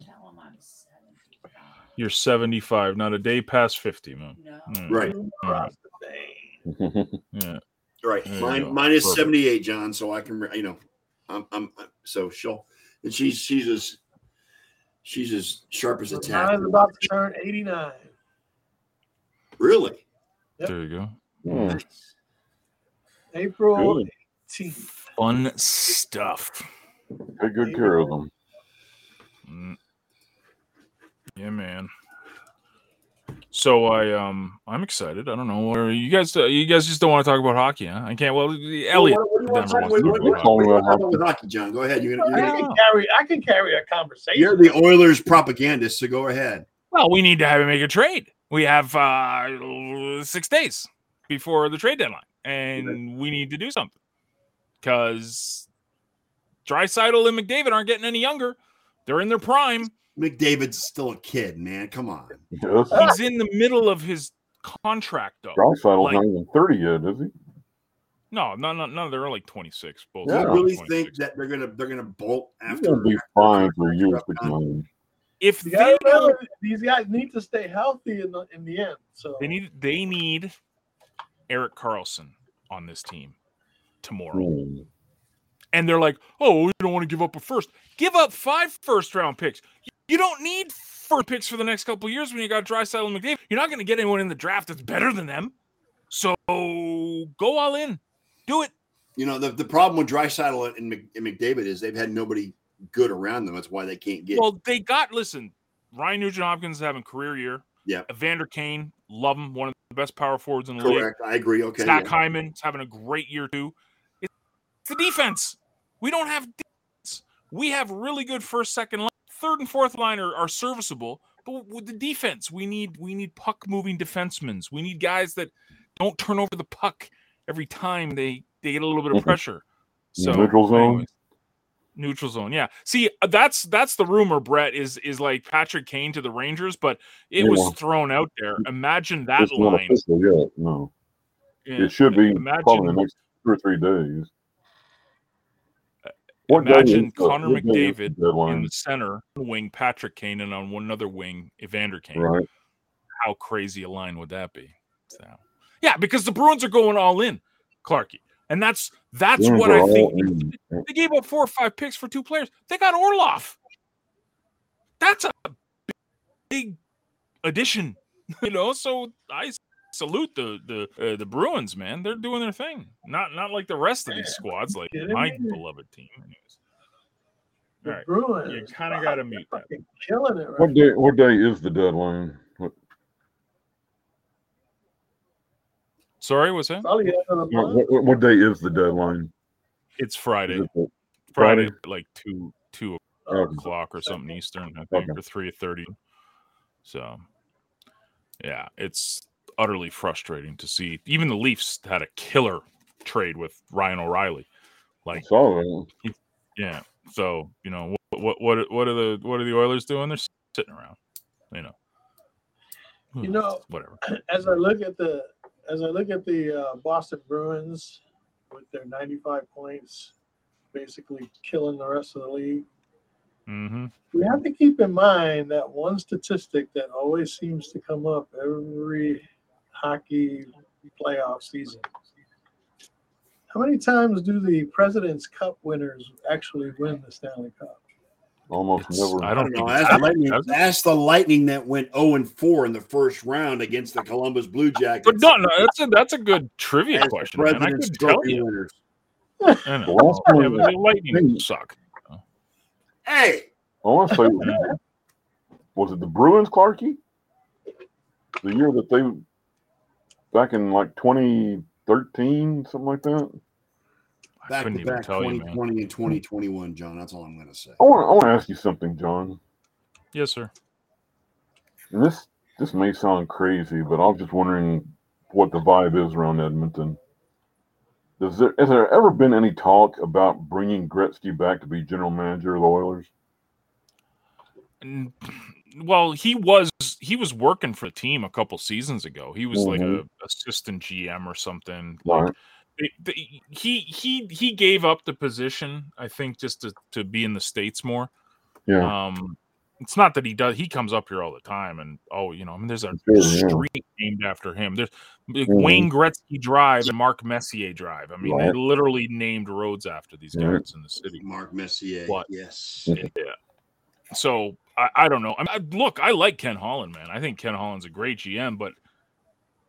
tell 'em I'm 75. you're 75, not a day past 50, man. No. Mm, Right, mm, Yeah. right. There you go. Mine, mine is Perfect. seventy-eight, John. So I can, re- you know, I'm, I'm. So she'll, and she's, she's as, she's as sharp as a tack. Mine's about to turn 89. Really? Yep. There you go. Hmm. Nice. April Good. 18th. Fun stuff. Take good care of them. Mm. Yeah, man. So I um I'm excited. I don't know. What are you guys? You guys just don't want to talk about hockey, huh? I can't. Well, Elliot. Well, what- what do you want to Denver talk- wants to what- what- what talk about do you want hockey. to talk about with hockey, John? Go ahead. You're, gonna- I you're, Yeah. can carry. I can carry a conversation. you're the Oilers propagandist, so go ahead. Well, we need to have him make a trade. We have uh, six days before the trade deadline, and we need to do something because Drysidle and McDavid aren't getting any younger. They're in (laughs) their prime. McDavid's still a kid, man. Come on. Yes. He's in the middle of his contract, though. Drysaddle's Like- not even thirty yet, is he? No, no, no, no. They're like twenty six. Both. Do Yeah. you of them are really 26. think that they're gonna they're gonna bolt He's after gonna be fine for years to come. if You gotta they don't, remember, these guys need to stay healthy in the in the end. So they need they need Eric Carlson on this team tomorrow. Hmm. and they're like, "Oh, we don't want to give up a first. Give up five first round picks. You don't need first picks for the next couple of years when you got Drysdale and McDavid. You're not going to get anyone in the draft that's better than them. So go all in, do it. You know, the, the problem with Drysaddle and, Mc- and McDavid is they've had nobody good around them. That's why they can't get. Well, they got listen. Ryan Nugent Hopkins is having career year. Yeah. Evander Kane, love him, one of the best power forwards in the league. correct. I agree. Okay. Zach yeah. Hyman's having a great year too. It's the defense. We don't have defense. We have really good first, second line, third, and fourth line are, are serviceable. But with the defense, we need we need puck moving defensemen. We need guys that don't turn over the puck every time they they get a little bit of Mhm. pressure. So Neutral zone? anyways. neutral zone. Yeah. See, uh, that's that's the rumor. Brett is is like Patrick Kane to the Rangers, but it Yeah. was thrown out there. Imagine that it's not line. official yet. No, Yeah. it should be Imagine- probably in the next two or three days. What day imagine is the- Connor what day is the McDavid in deadline? the center one wing Patrick Kane and on one another wing Evander Kane. right? How crazy a line would that be? So yeah, because the Bruins are going all in, Clarky. And that's that's Bruins what are I all think in. they gave up four or five picks for two players. They got Orlov. That's a big addition, (laughs) you know. So I salute the the uh, the Bruins, man. They're doing their thing. Not not like the rest of these squads, like kidding my me? beloved team. Anyways, The all right. Bruins. You kind of got to mute that. fucking killing it right What day? What day is the deadline? What, Sorry, what's now. that? Probably end of the what, month. what- what day is the deadline? It's Is Friday. it the- Friday, Friday? like two two Okay. o'clock or something Eastern, I think, Okay. or three thirty. So, yeah, it's utterly frustrating to see. Even the Leafs had a killer trade with Ryan O'Reilly. I Like, saw that. yeah. So you know what what what what are the what are the Oilers doing? They're sitting around, you know. Hmm, You know- whatever. As I look at the as I look at the uh, Boston Bruins with their 95 points, basically killing the rest of the league. hmm We have to keep in mind that one statistic that always seems to come up every hockey playoff season. How many times do the President's Cup winners actually win the Stanley Cup? Almost It's- never. I I don't don't know. think That's it's the, happened, lightning, has it? that's the lightning that went 0 and 4 in the first round against the Columbus Blue Jackets. But no, no, that's a that's a good as trivia the question. Man. I President's could tell Trophy you. winners. I know. The last Yeah, one- but the Lightning Thing- suck. Hey, Oh, I want to say, was it the Bruins, Clarky? The year that they back in like 2013, something like that. I back couldn't to even back tell you, man. 2020 and 2021, John. That's all I'm going to say. I want. I want to ask you something, John. Yes, sir. And this this may sound crazy, but I was just wondering what the vibe is around Edmonton. Is there has there ever been any talk about bringing Gretzky back to be general manager of the Oilers? N- well he was he was working for the team a couple seasons ago he was like a Mhm. assistant gm or something like Right. they, they, he he he gave up the position i think just to, to be in the states more Yeah. um it's not that he does he comes up here all the time and oh you know i mean there's a Sure, yeah. street named after him there's like, wayne gretzky drive and mark messier drive i mean Mm-hmm. Right. they literally named roads after these guys Right. in the city Mark Messier. What? Yes. so I, I don't know. I, mean, I look, I like Ken Holland, man. I think Ken Holland's a great GM, but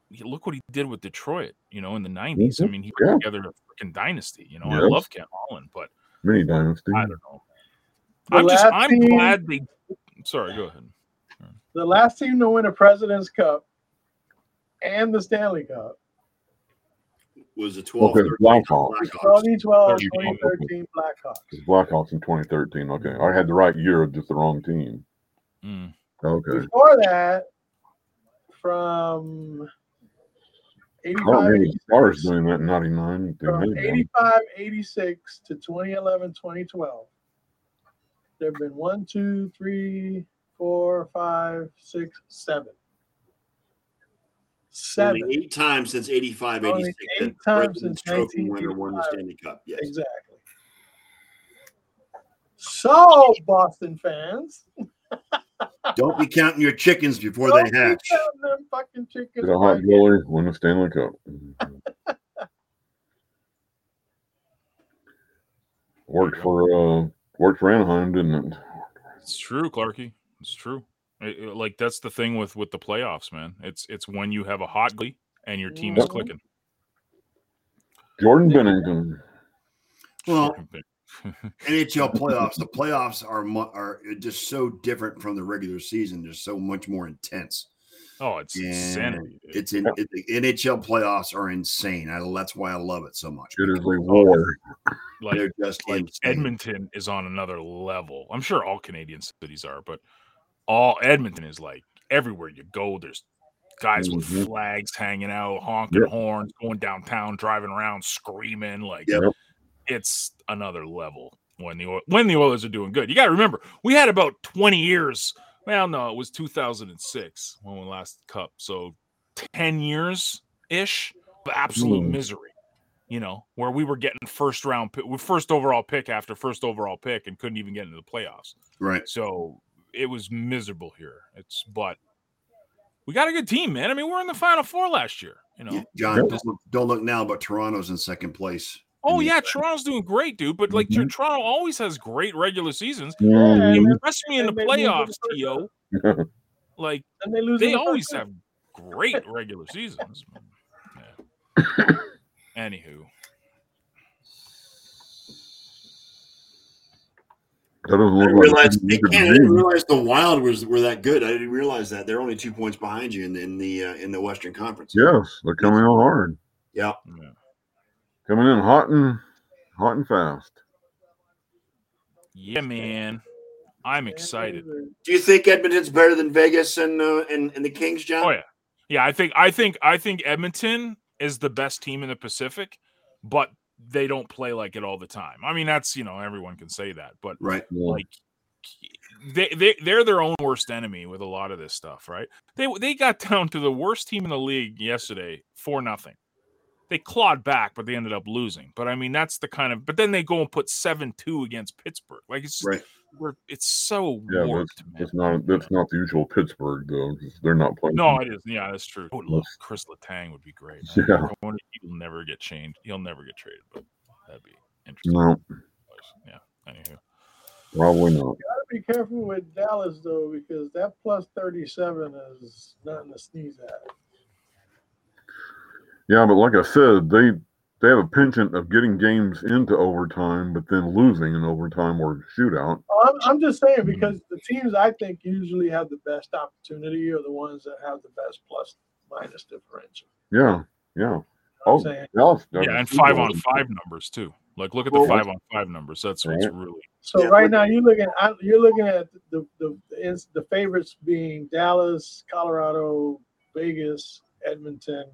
he, look what he did with Detroit, you know, in the 90s. I Mhm. mean, he Yeah. put together a freaking dynasty, you know. I Yes. Mm-hmm. love Ken Holland, but Mini dynasty. I don't know. The I'm just last I'm team- glad they sorry, go ahead. The last team to win a President's Cup and the Stanley Cup, Was the 12 Okay, 13 Blackhawks. Blackhawks. 2012 Thirteen. 2013 Blackhawks. It's Blackhawks in 2013. Okay, I had the right year, just the wrong team. Mm. Okay. Before that, from I don't 85 remember the Stars doing that in '99. from 85, 86 to 2011, 2012, there have been one, two, three, four, five, six, seven. Only Seven. eight times since 85, Only 86. eight that times President's since Trophy winner won the 1985. Stanley Cup. Yes. Exactly. So, Boston fans, Don't be counting your chickens before don't they be hatch. counting them fucking chickens. Did a hot right now. goalie win the Stanley Cup? (laughs) worked for uh worked for Anaheim, didn't it? It's true, Clarky. It's true. It- it- like that's the thing with with the playoffs, man. It's it's when you have a hot goalie and your team is Mhm. clicking. Jordan Bennington. Well, Fucking big. NHL playoffs. The playoffs are mu- are just so different from the regular season. They're so much more intense. Oh, it's Yeah, insanity. dude. It's in it, the NHL playoffs are insane. I, that's why I love it so much. It is a war. like They're just like insane. Edmonton is on another level. I'm sure all Canadian cities are, but all Edmonton is like everywhere you go, there's guys with Mhm. flags hanging out, honking Yep. horns, going downtown, driving around, screaming. Like Yep. it's another level when the Oil- when the Oilers are doing good. You got to remember, we had about 20 years. Well, no, it was 2006 when we last cup, so 10 years ish of absolute Mm. misery you know, where we were getting first round, pi- first overall pick after first overall pick, and couldn't even get into the playoffs. Right. So it was miserable here. It's but we got a good team, man. I mean, we we're in the final four last year. You know, Yeah, John, don't, look, don't look now, but Toronto's in second place. oh Mhm. yeah, Mm-hmm. Toronto's doing great, dude. But like Tor- Toronto always has great regular seasons. Yeah, Mhm. Impress me in the They made me go to playoffs, first T.O. Like And they lose. in they the first always round. have great regular seasons. Yeah. Anywho, That doesn't I look didn't like realize, something you could I didn't do. realize the Wild was were that good. I didn't realize that they're only two points behind you in, in the uh, in the Western Conference. Yes, they're coming in hard, Yeah. yeah. coming in hot and hot and fast. yeah, man, I'm Yeah, excited. they're- Do you think Edmonton's better than Vegas and uh, and, and the Kings, John? Oh yeah, yeah. I think I think I think Edmonton is the best team in the Pacific, but they don't play like it all the time. I mean, that's you know everyone can say that, but Right. Yeah. like they they they're their own worst enemy with a lot of this stuff, right? They they got (laughs) down to the worst team in the league yesterday for nothing. They clawed back, but they ended up losing. But I mean, that's the kind of. But then they go and put seven two against Pittsburgh. Like it's just, Right. we're, it's so Yeah, warped, man. That's not that's not the usual Pittsburgh though. 'cause They're not playing. No, it is. Yeah, that's true. Oh, look, Chris Letang would be great. I (laughs) Yeah. wonder if he'll never get changed. He'll never get traded, but that'd be interesting. no, Yeah. Anywho, probably Gotta not. be careful with Dallas though, because that plus thirty-seven is nothing to sneeze at. Yeah, but like I said, they they have a penchant of getting games into overtime, but then losing in overtime or shootout. I'm, I'm just Hmm. saying because the teams I think usually have the best opportunity are the ones that have the best plus minus differential. Yeah, yeah. You know what Oh, I'm saying? Dallas- yeah, and five on five numbers too. Like, look at the Well, five on five numbers. That's what's Right. really. So Yeah, right but- now you're looking at you're looking at the the the, ins- the favorites being Dallas, Colorado, Vegas, Edmonton,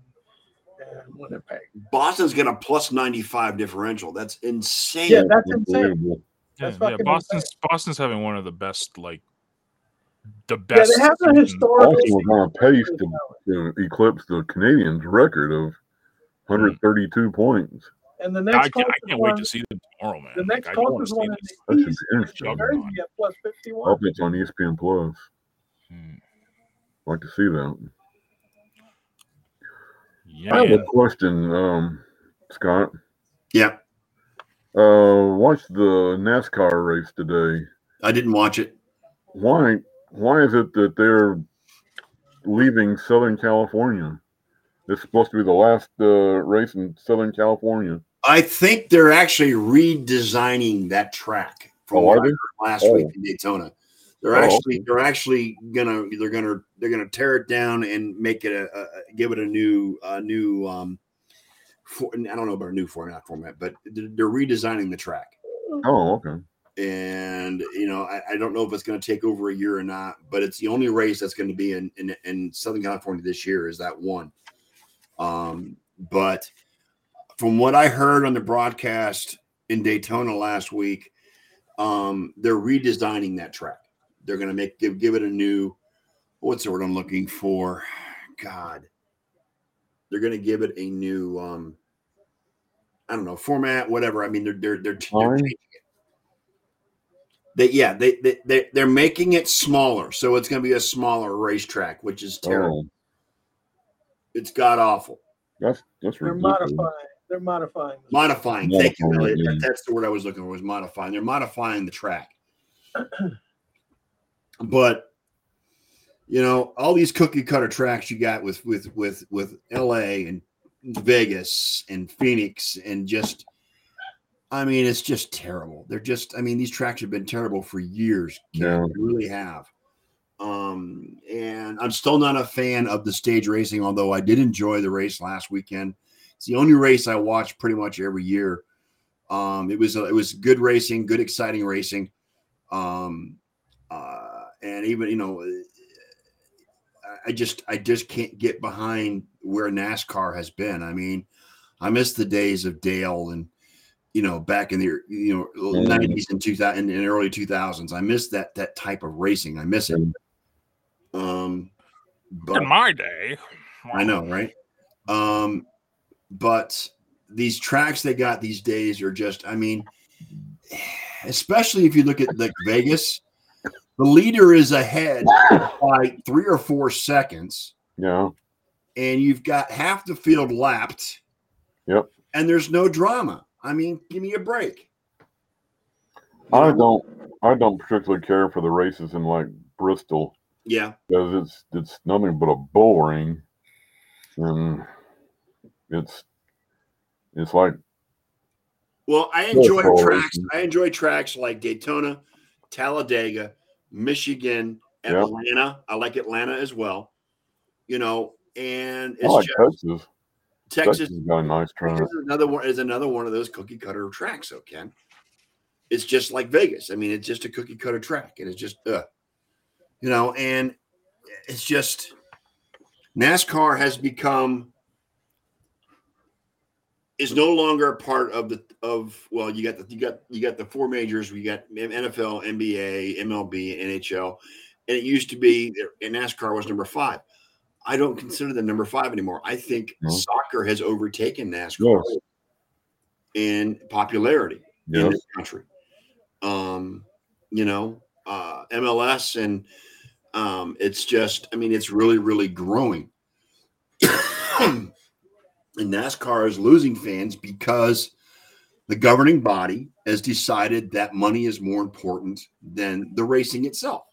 and Winnipeg. Boston's got a plus ninety five differential. That's insane. Yeah, that's insane. Unbelievable. Yeah, That's yeah, fucking Boston's Boston's having one of the best, like the Yeah, best. they have a season. historical. Boston was on a pace season. to, to eclipse the Canadians' record of Hmm. 132 points. And the I, next can't, I closest can't one, wait to see them tomorrow, man. the next like, I don't wanna closest see one this. is That should be East, New interesting. Jersey at plus I Oh, 51. hope it's on E ESPN Plus. Mm. Like to see that. Yeah, I have man. a question, um, Scott. Yeah. Uh, watch the NASCAR race today. I didn't watch it. Why? Why is it that they're leaving Southern California? It's supposed to be the last uh, race in Southern California. I think they're actually redesigning that track from Oh, what are I they? heard last Oh. week in Daytona. They're Oh, actually okay. they're actually gonna they're gonna they're gonna tear it down and make it a, a a- give it a new a new um for, I don't know about a new format format, but they're, they're redesigning the track. Oh, okay. And you know, I, I don't know if it's going to take over a year or not, but it's the only race that's going to be in, in in Southern California this year is that one. Um, but from what I heard on the broadcast in Daytona last week, um, they're redesigning that track. They're going to make give, give it a new what's the word I'm looking for? God, they're going to give it a new um, I don't know format, whatever. I mean, they're they're they're, they're Line? changing it. They, yeah, they they they they're making it smaller, so it's going to be a smaller racetrack, which is terrible. Oh, It's god awful. that's that's They're ridiculous. modifying. They're modifying. this. Modifying. Thank you. Modifying, Elliot. yeah. That's the word I was looking for. Was modifying. They're modifying the track. (clears throat) but you know, all these cookie cutter tracks you got with with with with L.A. and Vegas and Phoenix and just I mean, it's just terrible. They're just, I mean, these tracks have been terrible for years. Yeah. They really have. Um, and I'm still not a fan of the stage racing, although I did enjoy the race last weekend. It's the only race I watch pretty much every year. Um, it was it was good racing, good exciting racing, um, uh, and even you know, I- I just I just can't get behind where NASCAR has been. I mean, I miss the days of Dale and you know back in the you know Mm. nineties and two thousand and early two thousands. I miss that that type of racing. I miss it. Um, but in my day. I know, right? Um, but these tracks they got these days are just, I mean, especially if you look at like Vegas, the leader is ahead by three or four seconds, Yeah. and you've got half the field lapped. Yep. And there's no drama. I mean, give me a break. I don't. I don't particularly care for the races in like Bristol Yeah. because it's it's nothing but a bull ring, and it's it's like Well, I No enjoy problem. tracks. I enjoy tracks like Daytona, Talladega, Michigan, Yep. Atlanta. I like Atlanta as well. You know, and I it's like just Texas. Texas. Texas. Uh, has got a nice track. Texas is another one is another one of those cookie cutter tracks. though, Ken, it's just like Vegas. I mean, it's just a cookie cutter track, and it's just, uh, you know, and it's just NASCAR has become is no longer a part of the of well you got the you got you got the four majors we got NFL NBA MLB NHL and it used to be and NASCAR was number five I don't consider them number five anymore I think No. soccer has overtaken NASCAR Yes. in popularity in Yes. this country. Um, you know, uh, MLS and um, it's just, I mean, it's really, really growing. (coughs) and NASCAR is losing fans because the governing body has decided that money is more important than the racing itself.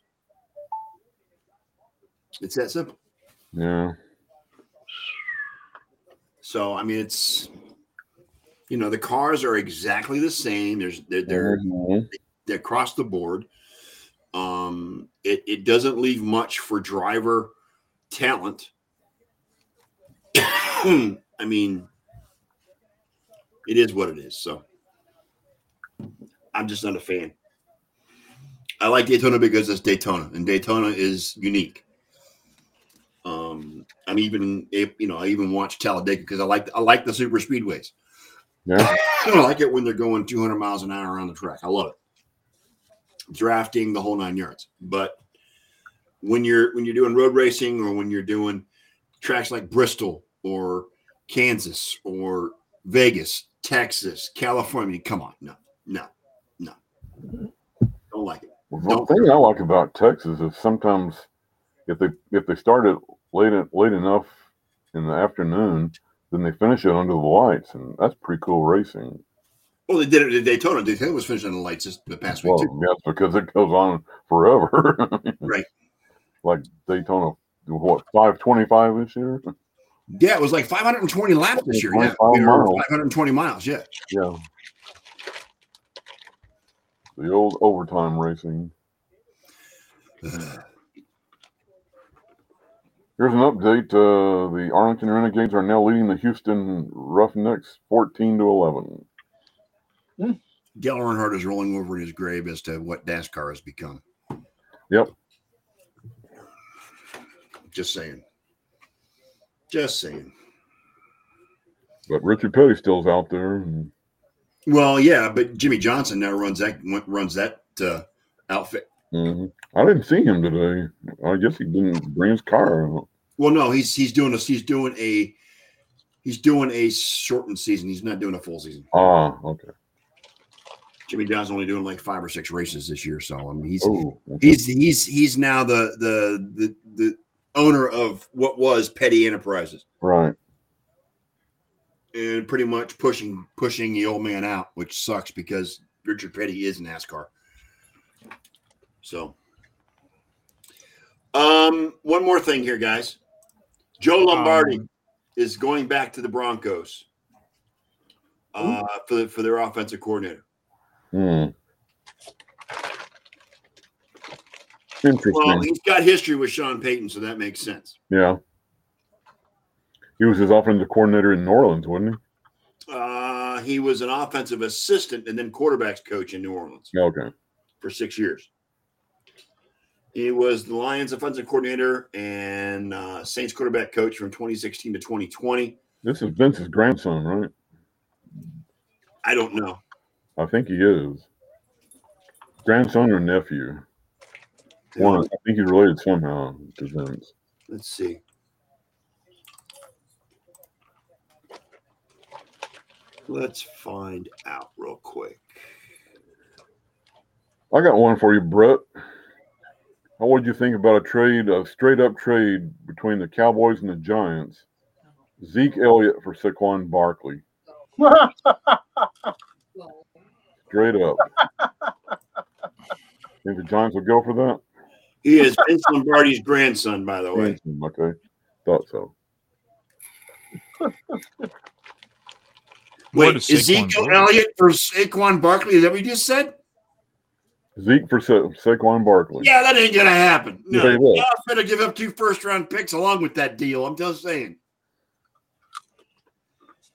It's that simple. Yeah. So, I mean, it's, you know, the cars are exactly the same. There's, they're, they're Mhm. across the board. Um, it, it doesn't leave much for driver talent. (coughs) I mean, it is what it is. So I'm just not a fan. I like Daytona because it's Daytona, and Daytona is unique. Um, I'm even, you know, I even watch Talladega because I like I like the super speedways. Yeah. (coughs) I like it when they're going 200 miles an hour around the track. I love it. Drafting the whole nine yards. But when you're when you're doing road racing or when you're doing tracks like Bristol or Kansas or Vegas, Texas, California, come on, no, no, no, don't like it. Well, the thing I like about Texas is sometimes if they if they start it late en- late enough in the afternoon, then they finish it under the lights, and that's pretty cool racing. Well, they did it at Daytona. Daytona was finishing the lights this the past week Well, too. yes, because it goes on forever. (laughs) Right. Like Daytona, what five twenty five this year? (laughs) Yeah, it was like 520 laps this year. Yeah, 25 Or miles. 520 miles. Yeah. Yeah. The old overtime racing. Here's an update. Uh, the Arlington Renegades are now leading the Houston Roughnecks 14 to 11. Dale Earnhardt is rolling over in his grave as to what NASCAR has become. Yep. Just saying. Just saying. But Richard Petty still's out there. And, Well, yeah, but Jimmy Johnson now runs that runs that uh, outfit. Mhm. I didn't see him today. I guess he didn't bring his car. out. Well, no, he's he's doing a he's doing a he's doing a shortened season. He's not doing a full season. Ah, okay. Jimmy Johnson's only doing like five or six races this year, so I mean he's Oh, okay. he's he's he's now the the the the owner of what was Petty Enterprises. right. and pretty much pushing pushing the old man out, which sucks because Richard Petty is NASCAR. So, um, one more thing here, guys. Joe Lombardi Um, is going back to the Broncos. uh, for for their offensive coordinator. Hmm. Interesting. Well, he's got history with Sean Payton, so that makes sense. yeah. He was his offensive coordinator in New Orleans, wasn't Uh, he was an offensive assistant and then quarterbacks coach in New Orleans he? Okay. for six years. He was the Lions offensive coordinator and uh, Saints quarterback coach from 2016 to 2020. This is Vince's grandson, right? I don't know. I think he is. Grandson or nephew? One. I think he's related somehow to Vince. Let's see. Let's find out real quick. I got one for you, Brett. How would you think about a trade, a straight up trade between the Cowboys and the Giants? Zeke Elliott for Saquon Barkley. Straight (laughs) up. think the Giants would go for that? He is Vince Lombardi's grandson, by the way. Hmm, Okay. Thought so. What Wait, Hmm. is Saquon Ezekiel Barkley? Elliott for Saquon Barkley? Is that what you just said? Zeke for Sa- Saquon Barkley. Yeah, that ain't gonna happen. No, They will. Dallas better give up two first round picks along with that deal. I'm just saying.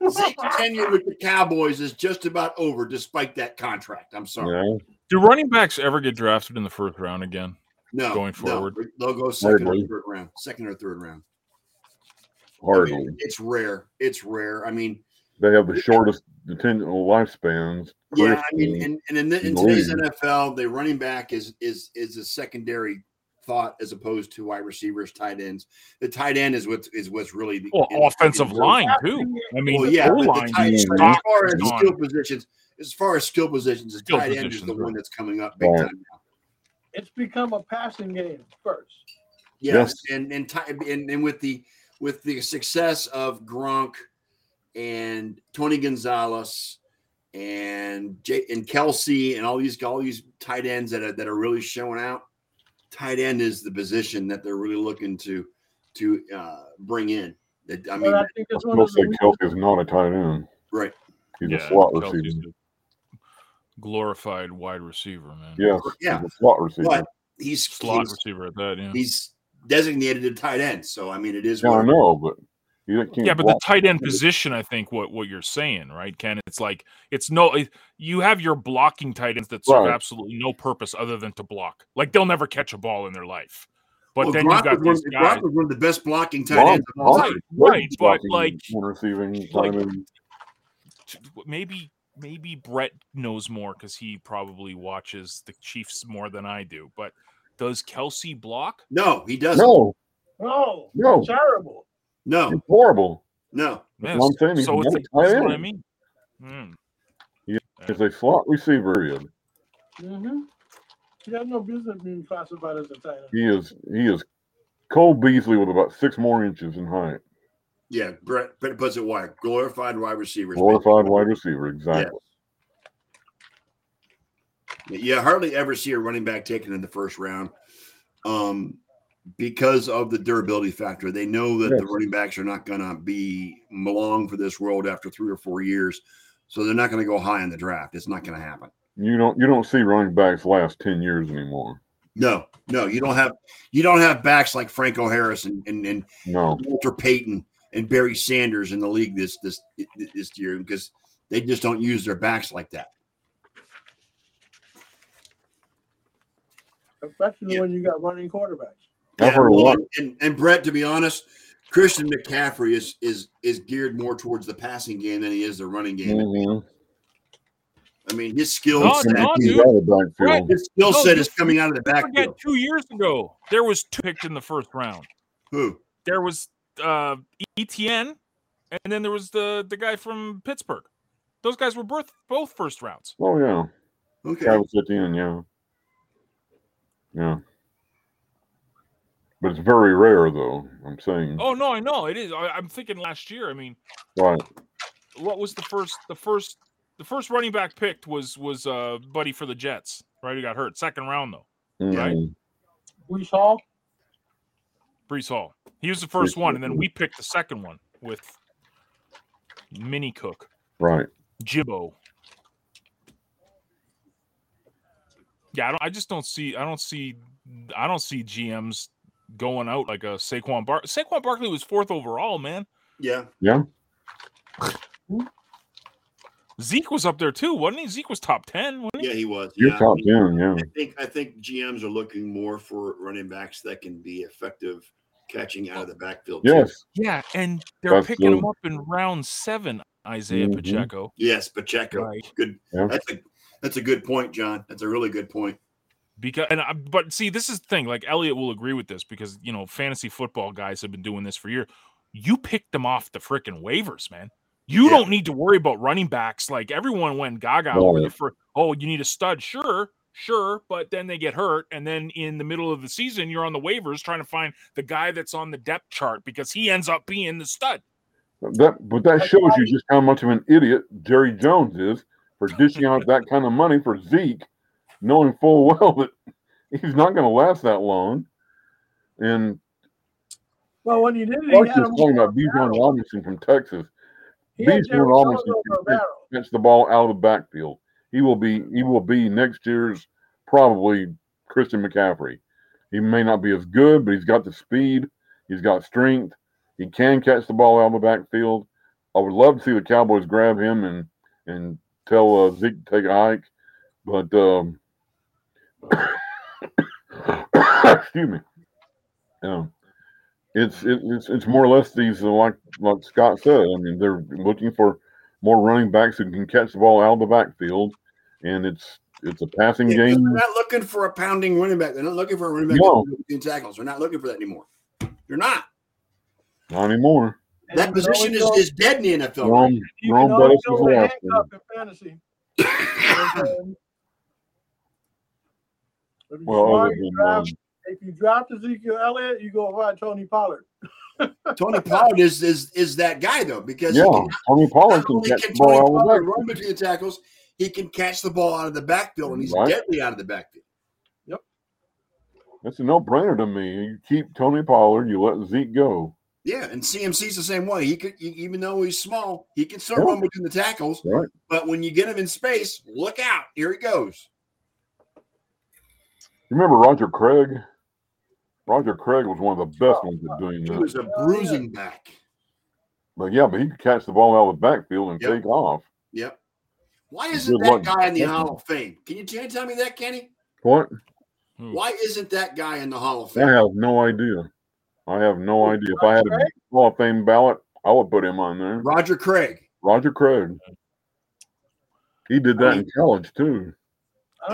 Zeke's tenure with the Cowboys is just about over, despite that contract. I'm sorry. Yeah. Do running backs ever get drafted in the first round again? No, Going no. forward. they'll go second or Hardly. third round. Second or third round. I mean, Hardly. it's rare. It's rare. I mean, They have the shortest detentional lifespans. yeah, I career mean, and, and in, the, in No. today's NFL, the running back is is is a secondary thought as opposed to wide receivers, tight ends. The tight end is what is what's really the Well, offensive line too. I mean, Well, yeah, O but the line. tight- is but as gone. far as Gone. skill positions, as far as skill positions, the Skill tight end is the positions, one right. that's coming up big Right. time now. (laughs) It's become a passing game first. Yes, Yes. and and, ti- and and with the with the success of Gronk and Tony Gonzalez and J- and Kelsey and all these all these tight ends that are that are really showing out. Tight end is the position that they're really looking to to uh, bring in. That I mean, but I think it's one They'll of say the Kelsey is not a tight end. right? He's Yeah, a slot Kelsey's receiver. a Glorified wide receiver, man. Yes. Yeah. He's a slot receiver. But he's Slot he's, receiver at that, yeah. he's designated a tight end, so I mean, it is. Yeah, what I it- know, but you can't. Yeah, but the block- tight end position, I think what what you're saying, right, Ken? It's like it's no, it- you have your blocking tight ends that serve Right. absolutely no purpose other than to block. Like they'll never catch a ball in their life. But Well, then Gronk you've got was these one, guys. Gronk was one of the best blocking tight Block- ends of all block- time. Right, right, but, blocking, like- one receiving, like- tight end. Maybe maybe Brett knows more because he probably watches the Chiefs more than I do. But does Kelsey block? No, he doesn't. No, no, no, no, terrible. no, it's horrible. no. That's what I'm saying, he's So it's, not a that's tight what I end. mean. Hmm. It's a slot receiver. Period. Mm-hmm. You got no business being classified as a tight end. He is. He is. Cole Beasley with about six more inches in height. Yeah, Brett, Brett puts it wide. Glorified wide receivers. Qualified wide receiver, exactly. You hardly ever see a running back taken in the first round um, because of the durability factor. They know that the Yes. running backs are not going to be long for this world after three or four years. So they're not going to go high in the draft. It's not going to happen. You don't. You don't see running backs last ten years anymore. No, no, you don't have you don't have backs like Franco Harris and and, and No. Walter Payton and Barry Sanders in the league this this this year because they just don't use their backs like that. especially Yeah. when you got running quarterbacks. I've heard a well, lot. And, and Brett, to be honest, Christian McCaffrey is is is geared more towards the passing game than he is the running game. Mhm. I mean, his skill No, set, no, He's dude. out of the backfield. his skill No, set you- is coming out of the I forget backfield. two years ago there was two picked in the first round. Who? There was uh ETN, and then there was the the guy from Pittsburgh. Those guys were both both first rounds. Oh yeah, Okay. Travis Etienne. Yeah. Yeah. But it's very rare, though. I'm saying. Oh no, I know it is. I, I'm thinking last year. I mean, Right. what was the first the first the first running back picked was was uh Buddy for the Jets, right? He got hurt second round though. Right. Mhm. We saw Brees Hall. He was the first Brees one, and then Hall. we picked the second one with Mini Cook. Right. Jibbo. Yeah, I don't. I just don't see. I don't see. I don't see GMs going out like a Saquon Bar. Saquon Barkley was fourth overall, man. Yeah. Zeke was up there too, wasn't he? Zeke was top ten, wasn't he? Yeah, he was. You're yeah. top down, yeah. I think I think GMs are looking more for running backs that can be effective catching out of the backfield. too. Yes. Yeah, and they're picking him Absolutely. up in round seven, Isaiah Mhm. Pacheco. Yes, Pacheco. Right. Good. Yeah. That's a that's a good point, John. That's a really good point. Because and I, but see, this is the thing. Like Elliot will agree with this because you know fantasy football guys have been doing this for years. You picked them off the freaking waivers, man. You Yeah. don't need to worry about running backs. Like everyone went gaga over Right. the fir- Oh, you need a stud, sure, sure, but then they get hurt, and then in the middle of the season, you're on the waivers trying to find the guy that's on the depth chart because he ends up being the stud. That, but that shows you just how much of an idiot Jerry Jones is for dishing out that kind of money for Zeke, knowing full (laughs) well that he's not going to last that long. And Well, when you did it, he Clark had is him talking over about a Bijan barrel. Robinson from Texas. He had Bijan Jared Jones Robinson over a is- barrel. Catch the ball out of the backfield. He will be. He will be next year's probably Christian McCaffrey. He may not be as good, but he's got the speed. He's got strength. He can catch the ball out of the backfield. I would love to see the Cowboys grab him and and tell uh, Zeke to take a hike, but um, (coughs) excuse me. Um, it's it, it's it's more or less these uh, like like Scott said. I mean, they're looking for more running backs who can catch the ball out of the backfield, and it's it's a passing Yeah, 'cause game. They're not looking for a pounding running back. They're not looking for a running back No. that's in tackles. They're not looking for that anymore. They're not. Not anymore. And That you position can is, always is dead in the NFL. Wrong, go- you wrong can always Bettis go was with a last. year. handcuff in fantasy. And, um, if you're Well, smart, other you than, um, draft- if you dropped Ezekiel Elliott, you go find Tony Pollard. Tony Pollard is is is that guy though because he yeah, can, Tony Pollard not can only catch can the Tony ball out Pollard of the run between the tackles, he can catch the ball out of the backfield, and he's Right. deadly out of the backfield. backfield. That's a no-brainer to me. You keep Tony Pollard, you let Zeke go. Yeah, and CMC's the same way. He could, e- even though he's small, he can still Yeah. run between the tackles. Right. But when you get him in space, look out! Here he goes. You remember Roger Craig? Roger Craig was one of the Oh, best ones at doing He that. was a yeah. bruising back. But yeah, but he could catch the ball out of the backfield and Yep. take off. Yep. Why isn't Good that luck. guy in the Hall of Fame? Can you, can you tell me that, Kenny? What? Who? Why isn't that guy in the Hall of I Fame? have no idea. I have no idea. If I had a Craig? Hall of Fame ballot, I would put him on there. Roger Craig. Roger Craig. He did that in college too. I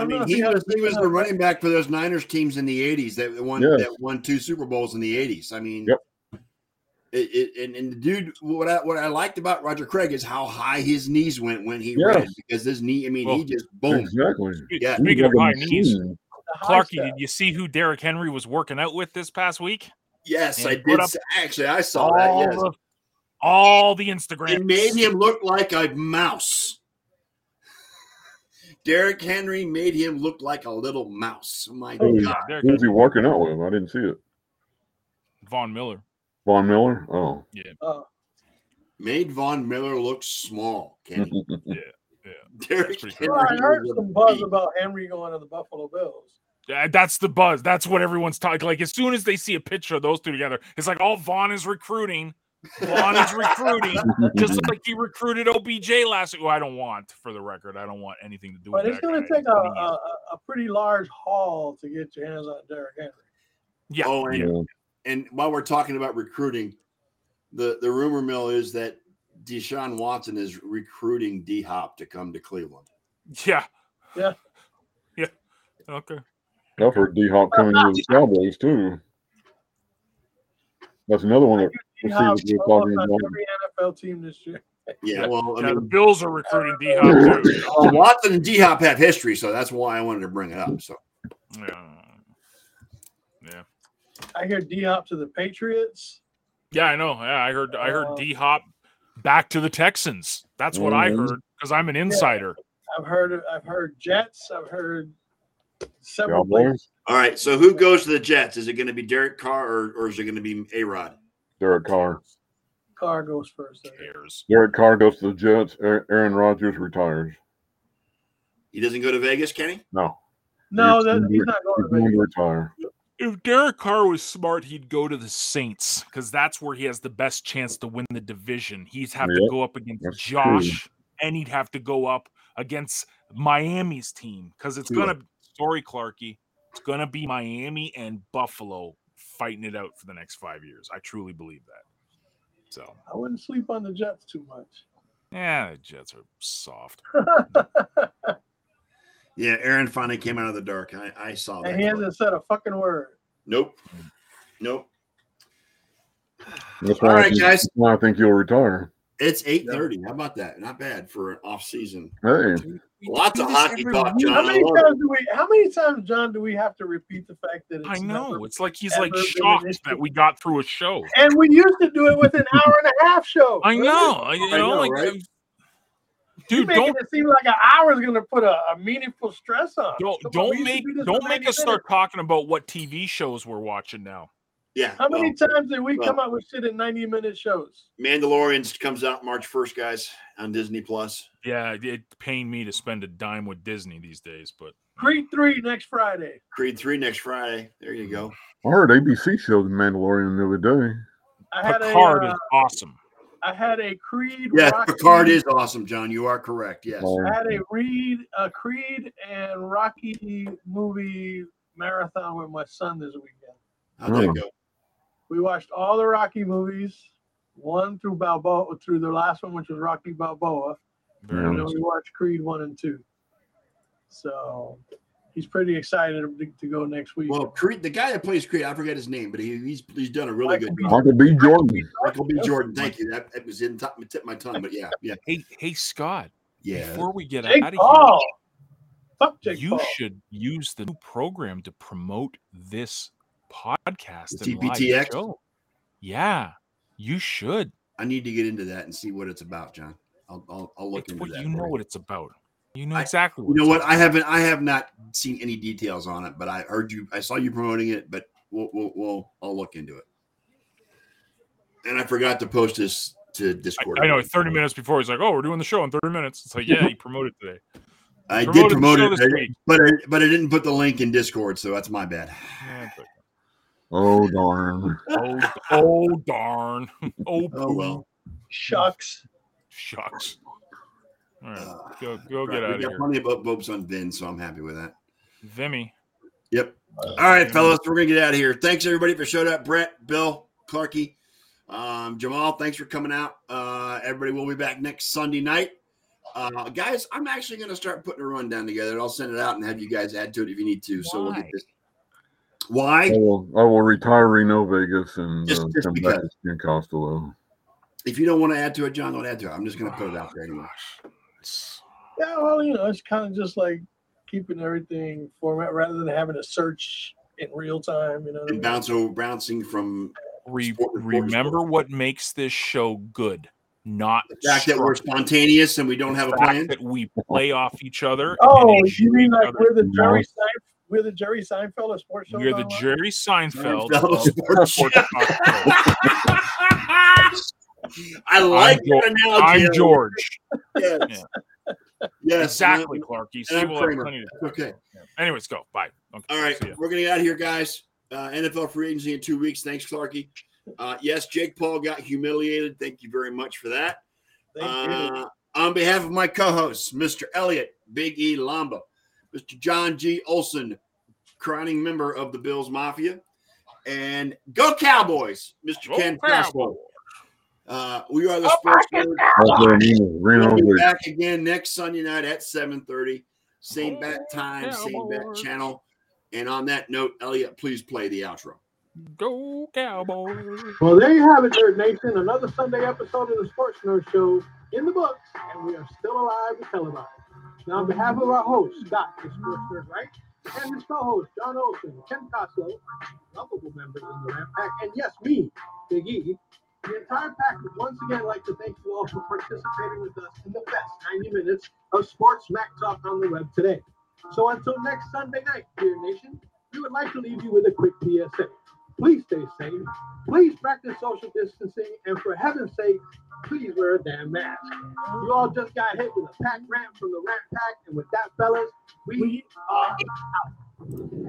I don't know mean, if he had was a he was the decent- running back for those Niners teams in the '80s that won Yes. that won two Super Bowls in the '80s. I mean, Yep. it, it, and and the dude, what I what I liked about Roger Craig is how high his knees went when he Yes. ran because his knee. I mean, he Well, just boom. Exactly. Yeah. He was Speaking of like a high knees, machine. the high Clarky, step. did you see who Derrick Henry was working out with this past week? Yes, And I put did. up s- Actually, I saw all that. Yes, the all the Instagram. it made him look like a mouse. Derrick Henry made him look like a little mouse. My Oh, God. Derrick Who was he working out with? I didn't see it. Von Miller. Von Miller? Oh. Uh, Made Von Miller look small, (laughs) Mm-hmm. Kenny. yeah. Derrick pretty Henry. well, I heard was a some buzz beast. about Henry going to the Buffalo Bills. Yeah, That's the buzz. That's what everyone's talking. Like as soon as they see a picture of those two together, it's like all Vaughn is recruiting. (laughs) Vaughn is recruiting, just like he recruited OBJ last. Who I don't want, for the record, I don't want anything to do with But it's that going to guy. take a, uh, Please. a, a- a pretty large haul to get your hands on Derrick Henry. yeah, Oh, yeah. and, and while we're talking about recruiting, the, the rumor mill is that Deshaun Watson is recruiting D Hop to come to Cleveland. yeah, Yeah. yeah. Okay. I've heard D Hop coming to the Cowboys too. That's another one that He Let's see what hops you're almost talking on about. every NFL team this year. Yeah, Yeah. well, I Yeah, the mean, Bills are recruiting D Hop too. well, Watson and D Hop have history, so that's why I wanted to bring it up. So, Yeah. yeah. I hear D Hop to the Patriots. Yeah, I know. Yeah, I heard. I heard Uh, D Hop back to the Texans. That's what I Mhm. heard because I'm an insider. I've heard I've heard Jets. I've heard several places. Cowboys, all right, so who goes to the Jets? Is it going to be Derek Carr or, or is it going to be A Rod? Derek Carr. Carr goes first. I think. Cares. Derek Carr goes to the Jets. Aa- Aaron Rodgers retires. He doesn't go to Vegas, Kenny. No, No, He's that, gonna he's re- not he's going to going Vegas. to retire. If Derek Carr was smart, he'd go to the Saints because that's where he has the best chance to win the division. He'd have to Yep, go up against that's true. Josh, and he'd have to go up against Miami's team because it's Yeah. gonna. Sorry, Clarky, it's gonna be Miami and Buffalo fighting it out for the next five years. I truly believe that. So I wouldn't sleep on the Jets too much. yeah, the Jets are soft. Yeah, Aaron finally came out of the dark. I, I Oh, saw that. and he hasn't said a fucking word. Nope. Nope. That's All why, I right, think, guys. that's why I think he'll retire. It's 8.30. How about that? Not bad for an off season. Hey, We- we Lots do of this hockey every talk, week. John. How I many love times do we? How many times, John, do we have to repeat the fact that it's I know. never- it's like he's ever like been an shocked issue. that we got through a show. and we used to do it with an hour and a half show. I know. I, you I know, know, like, right? I'm- You're dude, making don't it seem like an hour is going to put a, a meaningful stress on. us. don't Come on, we used don't to make do this don't in make 90 us start talking about what TV shows we're watching now. Yeah. How many well, times did we well. come up with shit in ninety-minute shows? Mandalorians comes out March 1st, guys, on Disney Plus. Yeah, it- it pained me to spend a dime with Disney these days, but Creed three next Friday. Creed 3 next Friday. There you go. I heard ABC showed The Mandalorian the other day. I had Picard a uh, is awesome. I had a Creed. Yes, Rocky, Picard is awesome, John. You are correct. Yes. Sorry. I had a Reed, a Creed and Rocky movie marathon with my son this weekend. How'd that go? We watched all the Rocky movies, one through Balboa, through the last one, which was Rocky Balboa, Very and Yeah. then nice. we watched Creed one and two. So he's pretty excited to, to go next week. Well, Creed, the guy that plays Creed, I forget his name, but he, he's he's done a really good job. Michael B. Jordan. Michael B. Jordan. Thank you. That, that was in top, tip of my tongue, but yeah, yeah, Hey, hey, Scott. yeah. Before we get out Jake of Paul. Fuck here, Jake you Paul. should use the new program to promote this podcast The and live TPTX? show. Yeah, you should. I need to get into that and see what it's about, John. I'll I'll, I'll look It's into what that. you for know what it's about. You know I- exactly. You know it's what? about. I haven't I have not seen any details on it, but I heard you. I saw you promoting it, but we'll we'll, we'll I'll look into it. And I forgot to post this to Discord. I, I know 30 minutes before he's like, Oh, we're doing the show in 30 minutes. (laughs) It's like, yeah, he promoted today. I did promoted the promote show it, this I- week. but I, but I didn't put the link in Discord, so that's my bad. Yeah, it's like, Oh darn. Oh, oh darn. Oh, Oh well. Shucks. shucks. All right, Uh, go go right, we get out of got here. plenty of upvotes on Vin, so I'm happy with that. Vimy. Yep. All right, fellas, we're gonna get out of here. Thanks everybody for showing up. Brett, Bill, Clarky, um, Jamal, thanks for coming out. Uh, everybody, we'll be back next Sunday night. Uh, guys, I'm actually gonna start putting a rundown together. and I'll send it out and have you guys add to it if you need to. So we'll get Why? this. I Why? will, I will retire Reno Vegas and Just- uh, just come back to because. San Costello. If you don't want to add to it, John, don't add to it. I'm just gonna put it out there anyway. Yeah, well, you know, it's kind of just like keeping everything format rather than having to search in real time. You know, what I And mean? bounce over bouncing from Re- Sport report, remember sport. what makes this show good, not the fact that we're structure. spontaneous and we don't The have a fact plan. that we play off (laughs) each other. oh, and you mean like other- we're the No. Jerry Seinfeld? We're the Jerry Seinfeld of sports shows. we're the online? Jerry (laughs) Seinfeld. Seinfeld of sports (laughs) sports talk show. I like your George. analogy. I'm George. Yes. Yes. Exactly, Clarky. See, I'm we'll have Kramer. plenty of- Okay. Anyways, go. Bye. Okay, All right, see ya. we're gonna get out of here, guys. Uh, NFL free agency in two weeks. Thanks, Clarky. Uh, yes, Jake Paul got humiliated. Thank you very much for that. Thank you. Uh, on behalf of my co-hosts, Mr. Elliott, Big E Lamba, Mr. John G. Olson, crowning member of the Bills Mafia, and go Cowboys, Mr. Go Ken Cowboys. Costello. Uh, we are the sports. Nerd. Also, Reno, Reno We'll be Vegas. back again next Sunday night at 7:30. Same bat time, same bat Cowboys. channel. And on that note, Elliot, please play the outro. Go Cowboys. Well, there you have it, Nerd Nation. Another Sunday episode of the Sports Nerd Show in the books, and we are still alive to tell about it. Now, on behalf of our host, Scott, the Sports Nerd, right? And his co-host, John Olson, Ken Costello, lovable member of the Ram Pack, and yes, me, Big E. The entire pack would once again like to thank you all for participating with us in the best 90 minutes of Sports Mac Talk on the web today. So until next Sunday night, dear nation, we would like to leave you with a quick PSA. Please stay safe. Please practice social distancing. And for heaven's sake, please wear a damn mask. You all just got hit with a pack rant from the Rat Pack. And with that, fellas, we are